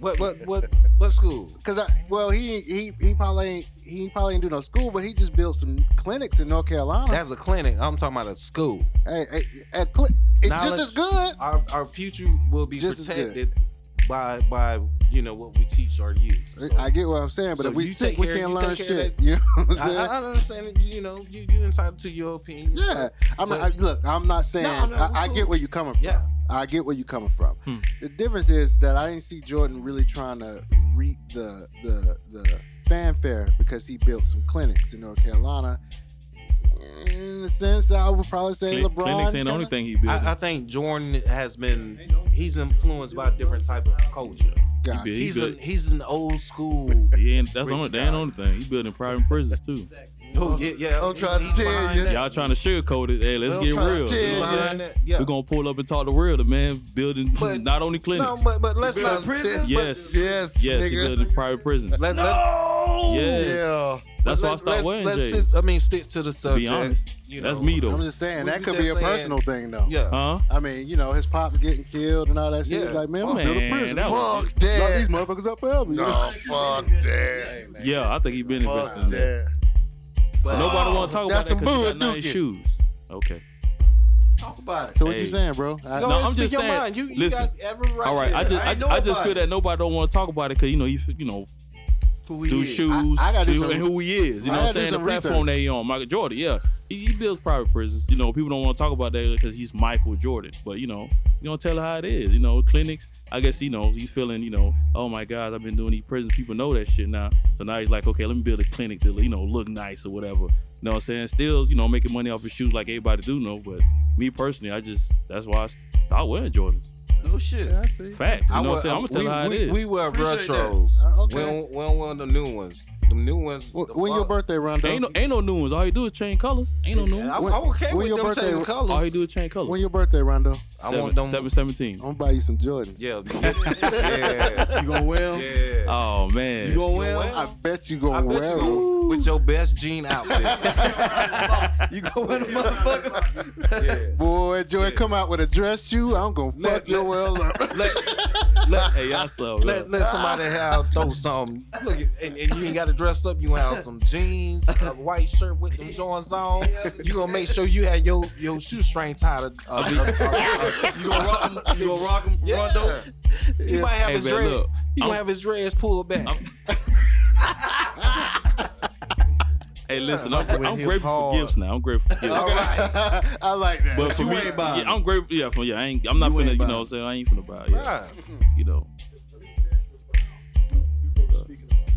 what (laughs) what what what school? Cause I, well, he he he probably ain't, he probably ain't do no school, but he just built some clinics in North Carolina. That's a clinic. I'm talking about a school. hey, hey, a cli- it's Knowledge- just as good. Our our future will be Just as good. protected by by you know what we teach our youth. So- I get what I'm saying, but So if we you sick, take we care- can't you learn take care of Uh-huh. shit. You (laughs) know what I'm I, saying? I understand that you know you you entitled to your opinion. yeah, I'm But- not, I, look. I'm not saying. No, no, I, I no. get where you're coming from. Yeah. I get where you're coming from. Hmm. The difference is that I didn't see Jordan really trying to reap the the the fanfare because he built some clinics in North Carolina. In the sense, that I would probably say Cl- LeBron. clinics ain't the only kinda- thing he built. I, I think Jordan has been he's influenced by a different type of culture. Got He Oh, it. He's built- an he's an old (laughs) school. he ain't, that's the Rich only, that ain't the guy. only thing. He building private prisons too. Oh yeah, yeah. I'm he- trying to he's tell behind you. that. Y'all trying to sugarcoat it. Hey, let's I'm get trying to real. tell You know you. what I'm saying? Behind that, yeah. We're gonna pull up and talk to real. The man building But- (laughs) not only clinics. No, but but let's You not better tell- prison. yes. Yes, Yes, he nigga. building private prisons. Let's, no. yes. Yeah. That's why I Let's- stopped let's- wearing let's J's. sit- I mean, stick to the subject. be honest. you That's know. me Uh, though. I'm just saying We that was could be a just saying- personal thing though. Yeah. Huh? I mean, you know, his pops getting killed and all that shit. Yeah. Like, man, Oh, we built a man, prison. that was- Fuck Lock these that. motherfuckers up forever. you No, know? fuck that. Yeah, I think he been Fuck investing in that. that. uh, But Nobody want to talk about that's that some 'cause you Bud got nice Duke. shoes. Okay. talk about it. (laughs) So what Hey. you saying, bro? I, Go No, ahead, I'm speak just your saying- mind. You, you listen. got every right. All right. I there. just I, ain't know I just about feel it. that nobody don't want to talk about it because you know you f- you know Who he do is. shoes I- I gotta do and some- who he is. You I know gotta what I'm do saying? The some platform that he on. Michael Jordan, yeah. He, he builds private prisons. You know, people don't want to talk about that because he's Michael Jordan. But you know, you don't tell her how it is. You know, clinics, I guess, you know, he's feeling, you know, oh my God, I've been doing these prisons. People know that shit now. So now he's like, okay, let me build a clinic to, you know, look nice or whatever. You know what I'm saying? Still, you know, making money off his shoes like everybody do know. But me personally, I just that's why I stopped wearing Jordan. No shit. yeah, I see. Facts. You I know what wa- I'm saying? I'm gonna tell we, her how we, it is. We wear Appreciate that. retros. Uh, We okay. don't, we don't wear the new ones. The new ones. Well, the when your fuck- birthday, Rondo? Ain't no, ain't no new ones. All he do is change colors. Ain't no new Yeah, ones. I'm, When- I'm okay when with your them birthday- changing colors. All Oh, he do is change colors. when your birthday, Rondo? I Seven- want them. 717. I'm gonna buy you some Jordans. Yeah. yeah. You gonna wear 'em? Yeah. Oh man. You gonna wear You 'em? gonna I bet you I (laughs) gonna bet you wear them. gonna- with your best jean outfit. You gonna wear the motherfuckers? yeah. Boy, Joy, come out with a dress shoe. I'm gonna Let- fuck your world (laughs) up. Let, let, Hey, y'all so let, let somebody have throw some. Look, and, and you ain't got to dress up. You gonna have some jeans, a white shirt with them joints on. You gonna make sure you had your your shoestring tied. up. uh, (laughs) uh, You gonna rock 'em? You gonna rock 'em, Yeah. Rondo? He might have Hey, his man, dread. look, He gonna I'm- have his dreads pulled back. I'm- Hey, listen, I'm, With I'm him grateful for hard. gifts now. I'm grateful for gifts. I like that. But for You me, ain't buying yeah, I'm grateful. Yeah, for yeah, I ain't. I'm not You ain't finna. You buying know, what I'm saying I ain't finna buy. it, Yeah, Bruh. you know.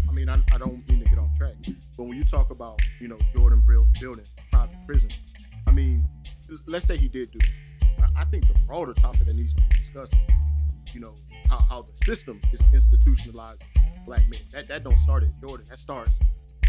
I mean, I, I don't mean to get off track, but when you talk about, you know, Jordan build, building private prison, I mean, l- let's say he did do it. I- I think the broader topic that needs to be discussed, is, you know, how, how the system is institutionalizing black men. That that don't start at Jordan. That starts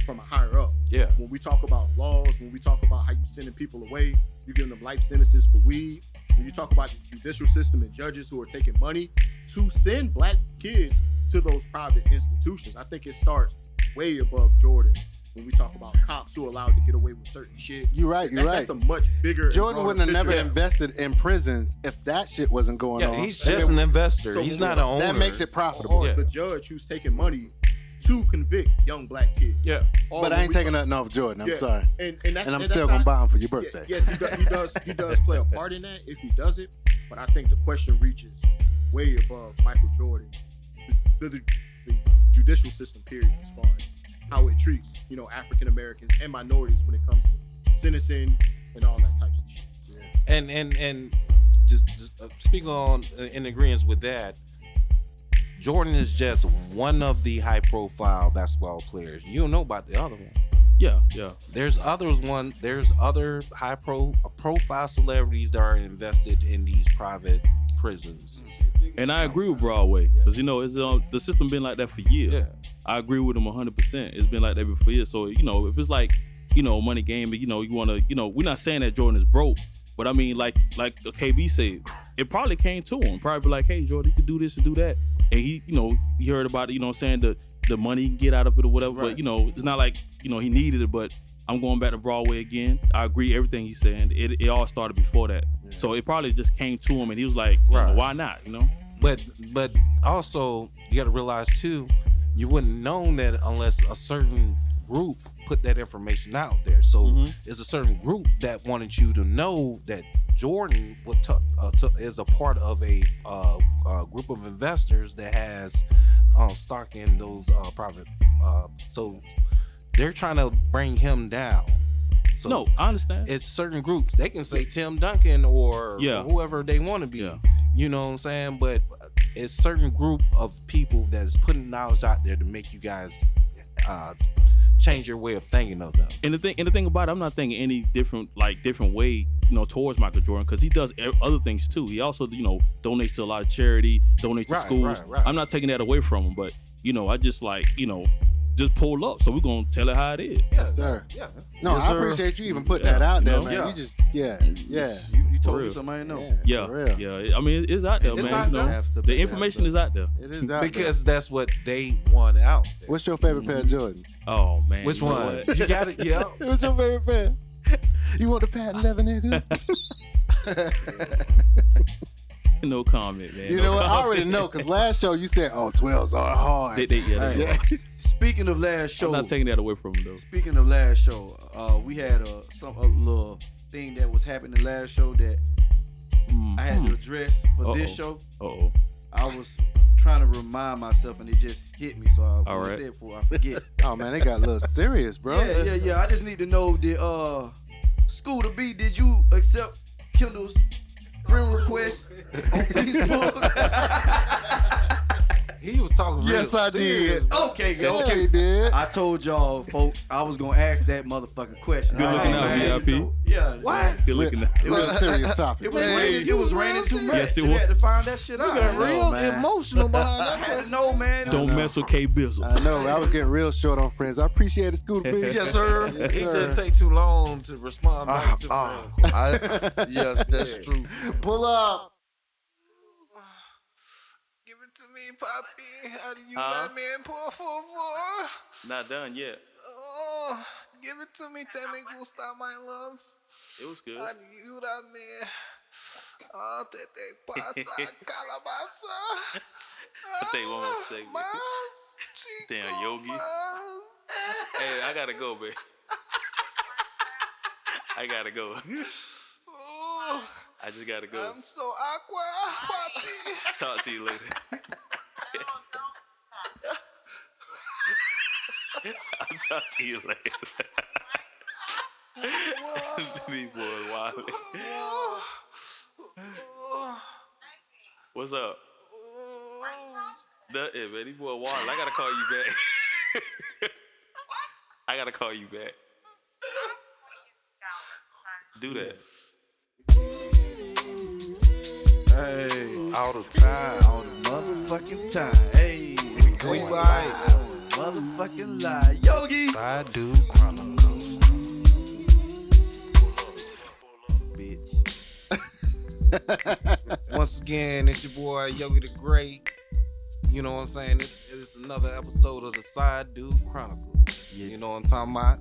from a higher up. Yeah. When we talk about laws, when we talk about how you sending people away, you giving them life sentences for weed. When you talk about the judicial system and judges who are taking money to send black kids to those private institutions, I think it starts way above Jordan. When we talk about cops who are allowed to get away with certain shit, You're right. You're that's, that's right. a much bigger. and Jordan broader wouldn't have never picture. invested in prisons if that shit wasn't going Yeah, on. he's just an investor. So he's when not we- an owner. that makes it profitable. Or Yeah. the judge who's taking money to convict young black kids. Yeah. But Or when I ain't we taking talk- nothing off Jordan. I'm Yeah. sorry. And, and, that's, And I'm and still gonna that's not- buy them for your Yeah, birthday. yes, he, do, he does. He does play a part in that if he does it. But I think the question reaches way above Michael Jordan, the, the, the judicial system, period, as far as how it treats, you know, African Americans and minorities when it comes to sentencing and all that types of shit. and and and just, just uh, speaking on uh, in agreement with that jordan is just one of the high profile basketball players you don't know about the other ones yeah yeah there's others one there's other high pro uh, profile celebrities that are invested in these private prisons And I agree with Broadway because you know it's um, the system been like that for years. I agree with him 100. percent It's been like that for years. So you know if it's like you know money game, but you know you want to you know we're not saying that Jordan is broke, but I mean like like the KB said, it probably came to him. Probably like hey Jordan, you could do this and do that, and he you know he heard about it. You know what I'm saying the the money he can get out of it or whatever. But you know it's not like you know he needed it, but. I'm going back to Broadway again. I agree everything he's saying. It, it all started before that, so it probably just came to him, and he was like, you know, Right. "Why not?" You know. but but also you got to realize too you wouldn't known that unless a certain group put that information out there so Mm-hmm. it's a certain group that wanted you to know that jordan would tu- uh, tu- is a part of a uh, uh, group of investors that has um, stock in those uh, private uh, so they're trying to bring him down so No, I understand. it's certain groups they can say tim duncan or Yeah. whoever they want to be you know what i'm saying but it's certain group of people that is putting knowledge out there to make you guys uh, change your way of thinking of them And the thing, and the thing about it, I'm not thinking any different, like different way, you know, towards Michael Jordan because he does e- other things too. He also, you know, donates to a lot of charity, donates Right, to schools. right, right. I'm not taking that away from him, but you know, I just like, you know, just pull up. So we're gonna tell it how it is. Yes, sir. Yeah. No, Yes, I sir. appreciate you even putting Yeah, that out you there, know? man. Yeah. You just, yeah, yeah. You, you told For me real. something I didn't know. Yeah, yeah. I mean, it- it's out there, It's man. out you know, there. the, information is out there. It is out there. because that's what they want out there. What's your favorite pair of Jordans? (laughs) Oh man, which you know one what? (laughs) you got it yeah What's your favorite pair? (laughs) You want the patent leather, nigga? no comment, man. You No know what? I comment. already know because last show you said, "Oh, 12s are hard." (laughs) They- they- yeah, they- Yeah. Speaking of last show, I'm not taking that away from him though. Speaking of last show, uh, we had a some a little thing that was happening last show that I had Hmm. to address for this show. Uh oh. I was trying to remind myself, and it just hit me. So I All what I right. said for I forget. Oh man, they got a little serious, (laughs) bro. yeah, yeah, yeah. I just need to know the uh, school to be. Did you accept Kendall's friend request (laughs) on Facebook? he was talking real Yes, I serious. did. (laughs) okay, Yeah, go. he did. I told y'all, folks, I was gonna ask that motherfucking question. Good looking I out, ain't mad. VIP. Yeah. what Good looking out. It was a serious topic. It was raining. It was raining too much. Yes, it You had to was. find that shit out. got real I man. emotional behind (laughs) that. had to know, man. Don't mess with K Bizzle. I know. I was getting real short on friends. I appreciate the school to be. Yes, sir. It just take too long to respond back Ah, to ah, friend. I, yes, (laughs) that's true. Pull up. Give it to me, Poppy. How do you, Huh? my man, pour for four? Not done yet. Oh, give it to me, tell me who stop my love. It was good. How do you, that man? Oh, tete (laughs) pasa, calabasa. I think one more segment. Mas, chico, Damn, Yogi. mas. (laughs) Hey, I gotta go, man. I gotta go. Ooh, I just gotta go. I'm so aqua, Poppy. Talk to you later. I'll talk to you later. These boys wild. What's up? Nothing, man. These boys wild. I gotta call you back. (laughs) I gotta call you back. Do that. Hey, all the time all the motherfucking time. Hey, we going live on the motherfucking lie. Yogi. i do chronicles Bitch. (laughs) Once again, it's your boy Yogi the Great. You know what I'm saying? It- It's another episode of the Side Dude Chronicle. You know what I'm talking about?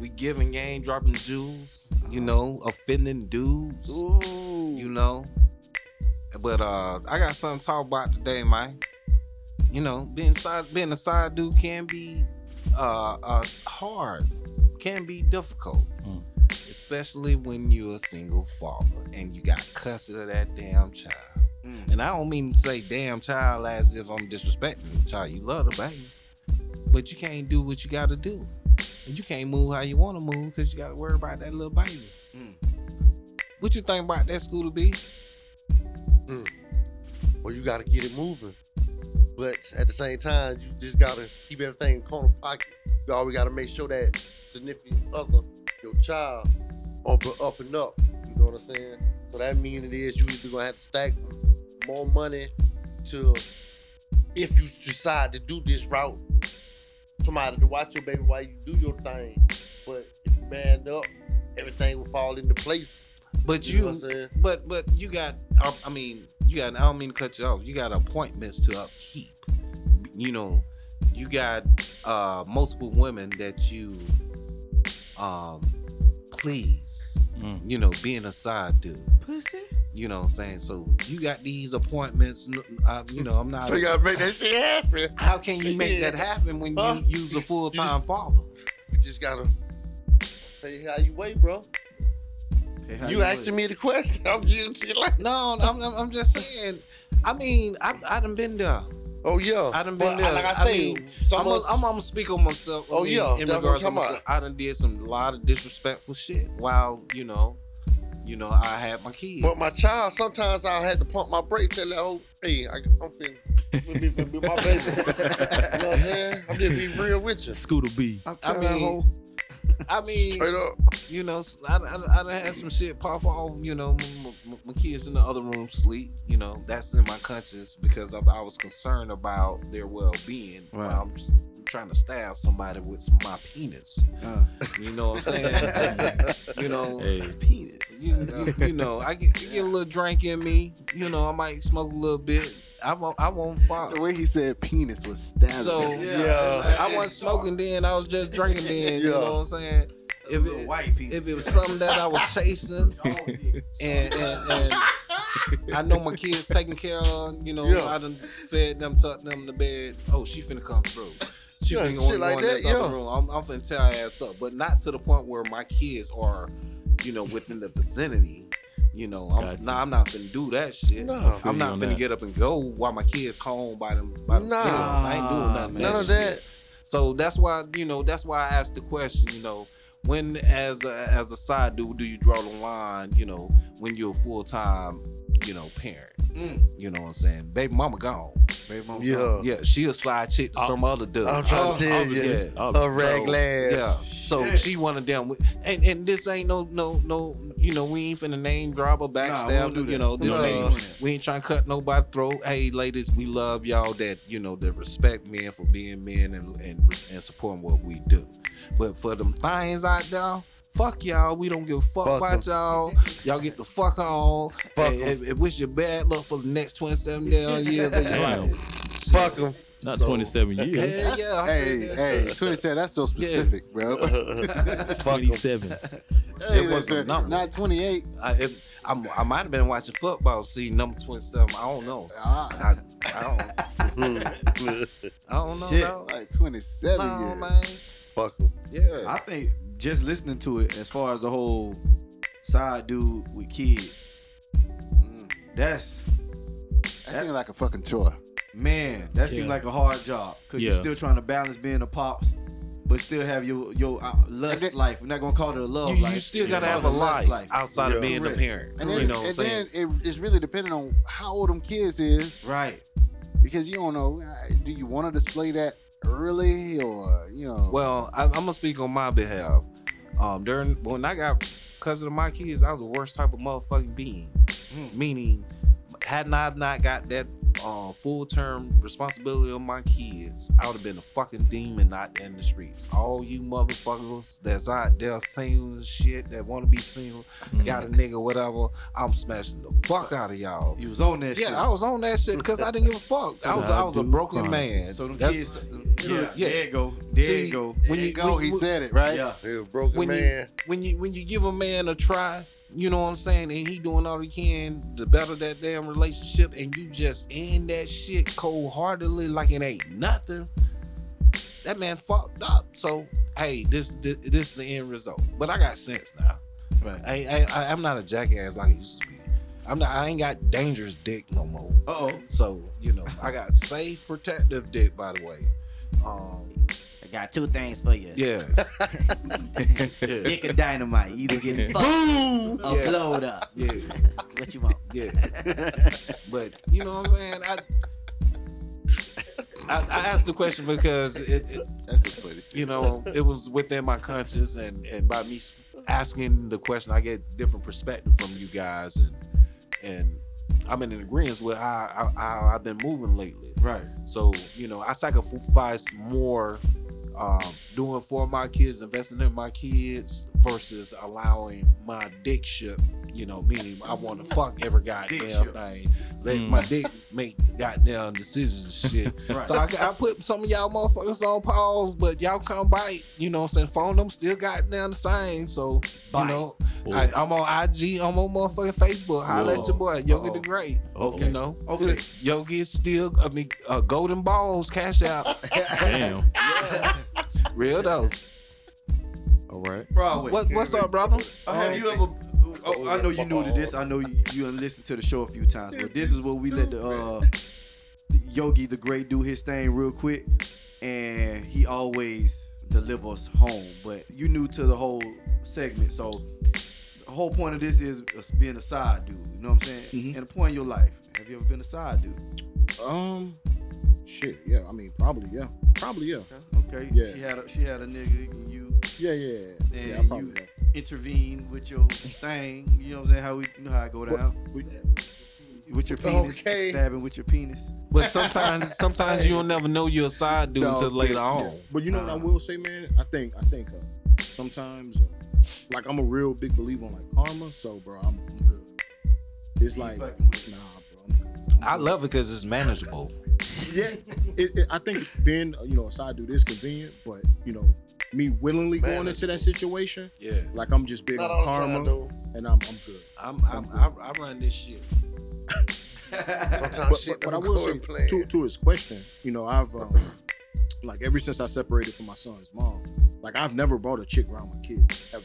We giving game, dropping jewels. You know, offending dudes. You Ooh. know, but uh, I got something to talk about today, man. You know, being side, being a side dude can be uh, uh hard, can be difficult. especially when you're a single father and you got custody of that damn child. And I don't mean to say damn child as if I'm disrespecting the child. You love the baby, but you can't do what you got to do, and you can't move how you want to move because you got to worry about that little baby. What you think about that school to be? Well, you got to get it moving. But at the same time, you just got to keep everything in corner pocket. You always got to make sure that significant other, your child, up and up and up. You know what I'm saying? So that means it is you either going to have to stack more money to, if you decide to do this route, somebody to watch your baby while you do your thing. But if you man up, everything will fall into place. But know you, what I'm saying? but but you got. I, I mean, you got. I don't mean to cut you off. You got appointments to upkeep. You know, you got uh multiple women that you um please. You know, being a side dude. Pussy. You know what I'm saying? So you got these appointments. n- Uh, you know, I'm not. So you gotta make that shit happen. How can (laughs) you make that happen when you Huh? (laughs) use a full time father? You just gotta pay how you weigh, bro. you asking me the question. (laughs) I'm just like, no, I'm, I'm, I'm just saying. I mean, I, I done been there. Oh yeah, I done been But, there. like I I say, mean, some I'm, of us- I'm, I'm gonna speak on myself. I Oh, mean, yeah, in that's what regards to I'm talking myself, I done did some lot of disrespectful shit while you know, you know, I had my kids. but my child, sometimes I had to pump my brakes and let her, hey, I, I'm finna, finna be, finna be my baby. (laughs) you know what I'm saying? I'm just be real with you. Scooter B. I mean, I mean, you know, s- I, I, I done had some shit pop off. You know, my, my, my kids in the other room sleep. You know, that's in my conscience because I, I was concerned about their well being. Right. I'm s- trying to stab somebody with my penis. uh, You know what I'm saying? (laughs) you know, Hey. His penis. you, you, you know, I get, you get a little drink in me. You know, I might smoke a little bit. I won't. I won't fuck. The way he said penis was stabbing. So Yeah. I wasn't smoking then. I was just drinking then. You Yeah. know what I'm saying? If it, white piece. if it was something that I was chasing, and, and, and I know my kids taken care of. You know, Yeah. I done fed them, tucked them to bed. Oh, she finna come through. She Yeah, finna shit go in go like in this that, other yeah. room. I'm, I'm finna tear her ass up, but not to the point where my kids are, you know, within the vicinity. You know, I'm Gotcha. nah, I'm not finna do that shit. No. I feel I'm you not on finna that. get up and go while my kids home by them by Nah. themselves. I ain't doing nothing. None of shit. that. So that's why you know that's why I asked the question. You know, when as a, as a side dude do you draw the line? You know, when you're a full time, you know, parent. Mm. You know what I'm saying? Baby mama gone. Baby mama. Yeah. Yeah, she a side chick to some other dude. Oh. Oh, I'm trying to tell you. yeah. A rag lass. Yeah. So she one of them, and and this ain't no no no. You know we ain't finna name drop or backstab. won't do you that. know this No. ain't. We ain't trying to cut nobody throat. Hey ladies, we love y'all that you know that respect men for being men and and, and supporting what we do. But for them things out there. Fuck y'all. We don't give a fuck, Fuck about y'all. Y'all get the fuck on. Fuck and, and, and wish you bad luck for the next 27 (laughs) damn years of your Damn. life. Fuck him. Not (laughs) 27 years. Hell yeah. I said Hey, that hey, shit. 27, that's so specific, bro. Hey, Fuck him. 27. It was a listen, number. Not 28. I, it, I'm, I might have been watching football. See number twenty seven. I don't know. Ah, I, I don't. I don't know. Shit. dog. like 27 No, years. man. Fuck him. Yeah. I think just listening to it, as far as the whole side dude with kid, mm, that's That seems like a fucking chore. man, that seems Yeah. like a hard job because Yeah. you're still trying to balance being a pops, but still have your your uh, lust And then- life. We're not gonna call it a love You, life. you still It's gotta called have a lust life, outside Yeah. of being Correct. a parent. And then, you know what I'm and saying? then it, it's really depending on how old them kids is Right. because you don't know. uh, Do you want to display that early or, you know? Well, I, I'm gonna speak on my behalf. Um, during when I got cousin of my kids, I was the worst type of motherfucking being. Meaning, had I not got that uh, full term responsibility on my kids, I would have been a fucking demon out in the streets. All you motherfuckers that's out there single as shit that want to be single, got a nigga, whatever. I'm smashing the fuck out of y'all. You was on that shit. Yeah, I was on that shit because I didn't give a fuck. I was I was a Dude, broken crime. man. so them That's- kids, uh, yeah, yeah, yeah. there you go, there See, you go. when you go, he said it, right? Yeah, He a broken when man. you when you when you give a man a try, you know what I'm saying, and he doing all he can to better that damn relationship, and you just end that shit cold heartedly like it ain't nothing. That man fucked up. So hey, this this, this is the end result. But I got sense now. Right. I, I, I I'm not a jackass like I used to be. I'm not. I ain't got dangerous dick no more. Uh oh. So you know, I got safe, protective dick. By the way, um, I got two things for you. yeah, (laughs) Dick and dynamite. You Either (laughs) getting fucked or Yeah. blowed up. yeah, (laughs) What you want? yeah. But you know what I'm saying? I I, I asked the question because it, it That's the funny shit. you know, it was within my conscience, and and by me asking the question, I get different perspective from you guys, and and I'm in agreement with how, I- how I've been moving lately. Right. So you know, I sacrifice more um, doing for my kids, investing in my kids, versus allowing my dick ship. You know, meaning I want to fuck every goddamn ship. thing. Let Mm. my dick make goddamn decisions and shit. Right. So I, I put some of y'all motherfuckers on pause, but y'all come bite. You know what I'm saying? Phone them still got down the same. So, Bite. you know, I, I'm on IG, I'm on motherfucking Facebook. Holla Whoa. at your boy, Yogi the Uh-oh. Great. Okay. You know? Okay. Yogi is still, I mean, uh, Golden Balls cash out. Damn. (laughs) Real though. All right. Broadway. What, what's up, brother? Uh, have you ever? Oh, I know you new to this. I know you you done listened to the show a few times, but this is where we let the uh, Yogi the Great do his thing real quick, and he always delivers home. But you new to the whole segment, so the whole point of this is us being a side dude. You know what I'm saying? And a point in your life, have you ever been a side dude? Um, shit. Yeah, I mean, probably. Yeah, probably. Yeah, Okay. Yeah. She had a, she had a nigga, and you yeah, yeah. Yeah, and yeah I probably. you yeah. intervened with your thing. You know what I'm saying? How we you know how I go down. With your (laughs) penis, Okay. stabbing with your penis. But sometimes, sometimes you'll never know you're a side dude Dog, until yeah, later yeah. on. But you know what I Uh, will say, man. I think I think uh, sometimes, uh, like I'm a real big believer on like karma. So, bro, I'm, I'm good. It's like, nah, fucking with bro. I'm good. I love it because it's manageable. (laughs) Yeah, it, it, I think being uh, you know a side dude is convenient, but you know me willingly going into that situation, Yeah. like I'm just big on Not all the karma, time, though. and I'm I'm good. I'm, I'm, I, I run this shit. (laughs) Sometimes but, shit but- but I don't will go say in plan. to, to his question, you know, I've um, like ever since I separated from my son's mom, like I've never brought a chick around my kids ever,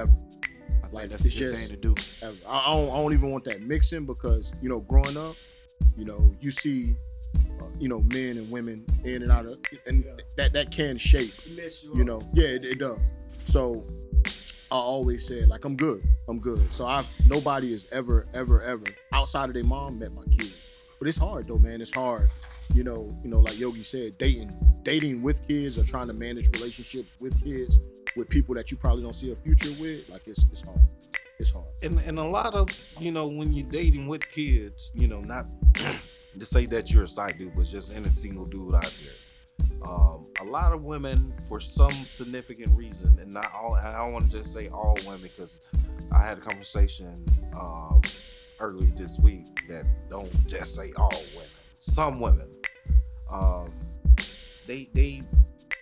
ever, I Like, think that's a it's good just- thing to do. ever. I, I don't, I don't even want that mixing because you know, growing up, you know, you see, uh, you know, men and women in and out of, and that that can shape you know yeah it, it does so i always said like i'm good i'm good so i've nobody has ever ever ever outside of their mom met my kids but it's hard though man it's hard you know you know like yogi said dating dating with kids or trying to manage relationships with kids with people that you probably don't see a future with like it's, it's hard it's hard and and a lot of you know when you're dating with kids, you know, not (clears throat) to say that you're a side dude, but just any single dude out there. Um, a lot of women, for some significant reason, and not all, and I don't want to just say all women because I had a conversation um, earlier this week that don't just say all women. Some women, um, they they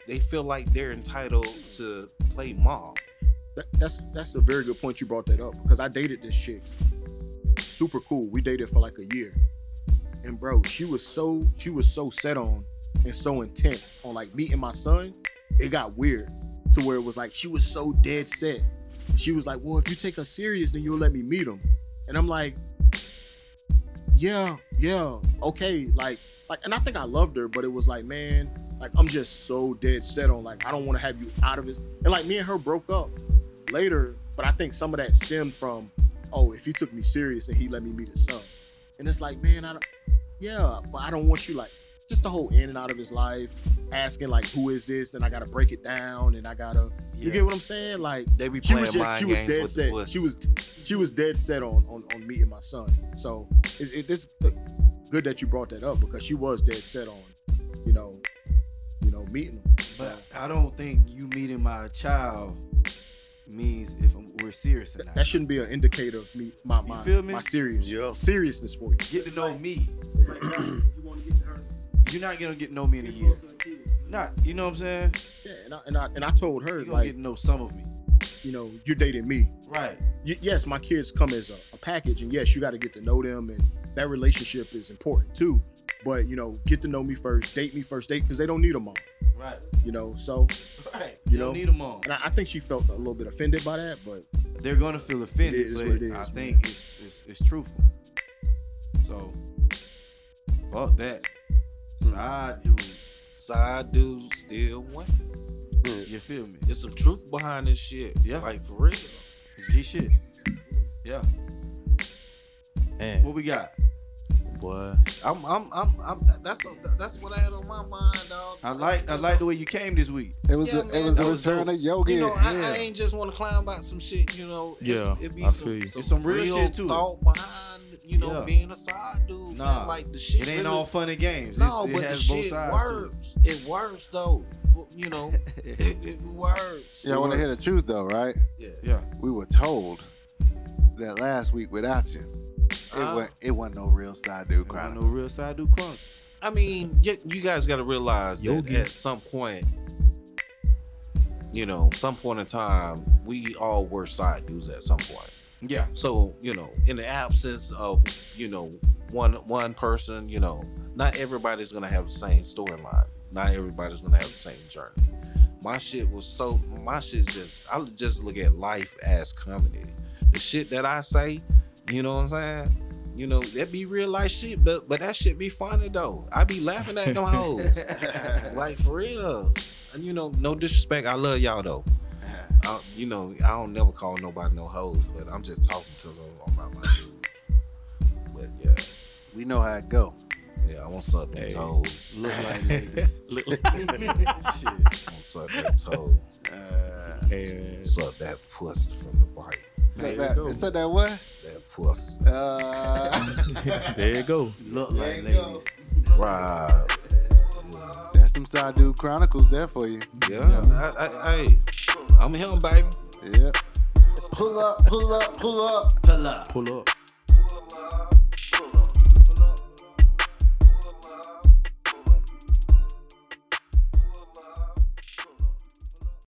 they feel like they're entitled to play mom. That, that's that's a very good point you brought that up because I dated this chick. Super cool. We dated for like a year. And bro, she was so she was so set on and so intent on like me and my son. It got weird to where it was like she was so dead set. She was like, "Well, if you take us serious, then you'll let me meet him." And I'm like, "Yeah, yeah, okay." Like like and I think I loved her, but it was like, "Man, like I'm just so dead set on like I don't want to have you out of this." And like me and her broke up later, but I think some of that stemmed from, oh, if he took me serious and he let me meet his son. And it's like, man, I don't, yeah, but I don't want you like, just the whole in and out of his life, asking like, who is this? Then I gotta break it down and I gotta, you get what I'm saying? Like, They be she playing was just, mind she was games dead with set. the pussy. She was, she was dead set on on, on meeting my son. So it, it, this uh, good that you brought that up because she was dead set on, you know, you know, meeting him. But I don't think you meeting my child means if I'm- we're serious or not. That shouldn't be an indicator of me, my You my, feel me? my serious Yeah. seriousness for you. Get to know me. You want to get her You're not gonna get to know me in a year. closer to kids. Not, you know what I'm saying? Yeah, and I and I, and I told her You're gonna like, get to know some of me. you know, you're dating me. Right. Y- yes, my kids come as a, a package, and yes, you got to get to know them, and that relationship is important too. But you know, get to know me first, date me first, date because they don't need a mom. Right. You know, so Right. You You know? don't need them all. and I, I think she felt a little bit offended by that, but they're gonna feel offended. is but what it is, I man. think it's, it's it's truthful. So fuck that. Side dudes. Side dudes still win. You feel me? There's some truth behind this shit. Yeah. Like for real. It's G shit. Yeah. Man, What we got? boy. (laughs) I'm I'm I'm, I'm that's that's what I had on my mind, dog. I like I like the way you came this week. It was Yeah, the, man, it was that the was return dope. of yogi. You know, I, yeah. I ain't just want to clown about some shit. You know, It's- Yeah, it be I some, feel you. some, It's some real shit to it. thought behind you know Yeah. being a side dude. Nah, man. like the shit. It ain't really- all fun and games. No, It's- but it the has both shit sides. works. It. works though. F- You (laughs) know, to it. it, it works. Yeah, I want to hear the truth though, right? yeah. We were told that last week without you, it Uh, was it wasn't no real side dude I crime. know real side do crunk. I mean, you, you guys got to realize Yogi. that at some point, you know, some point in time, we all were side dudes at some point. Yeah. So you know, in the absence of you know one one person, you know, not everybody's gonna have the same storyline. Not everybody's gonna have the same journey. My shit was so my shit just I just look at life as comedy. The shit that I say, you know what I'm saying? You know that be real life shit, but but that shit be funny though. I be laughing at them hoes, like for real. And you know, no disrespect, I love y'all though. I, you know, I don't never call nobody no hoes, but I'm just talking because I'm, I'm around my dudes. But yeah, We know how it go. yeah, I want to suck their Hey. toes. Look like niggas. Look- (laughs) Shit. I want to suck their toes. Hey, Suck that pussy from the bite. Said you that, go. it said that what? That pussy. Uh, (laughs) there you go. Look like There you go. niggas. Right. that's some side dude chronicles there for you. Yeah. I, I, hey, I'm him, baby. Yep. Pull up, pull up, pull up. Pull up. Pull up.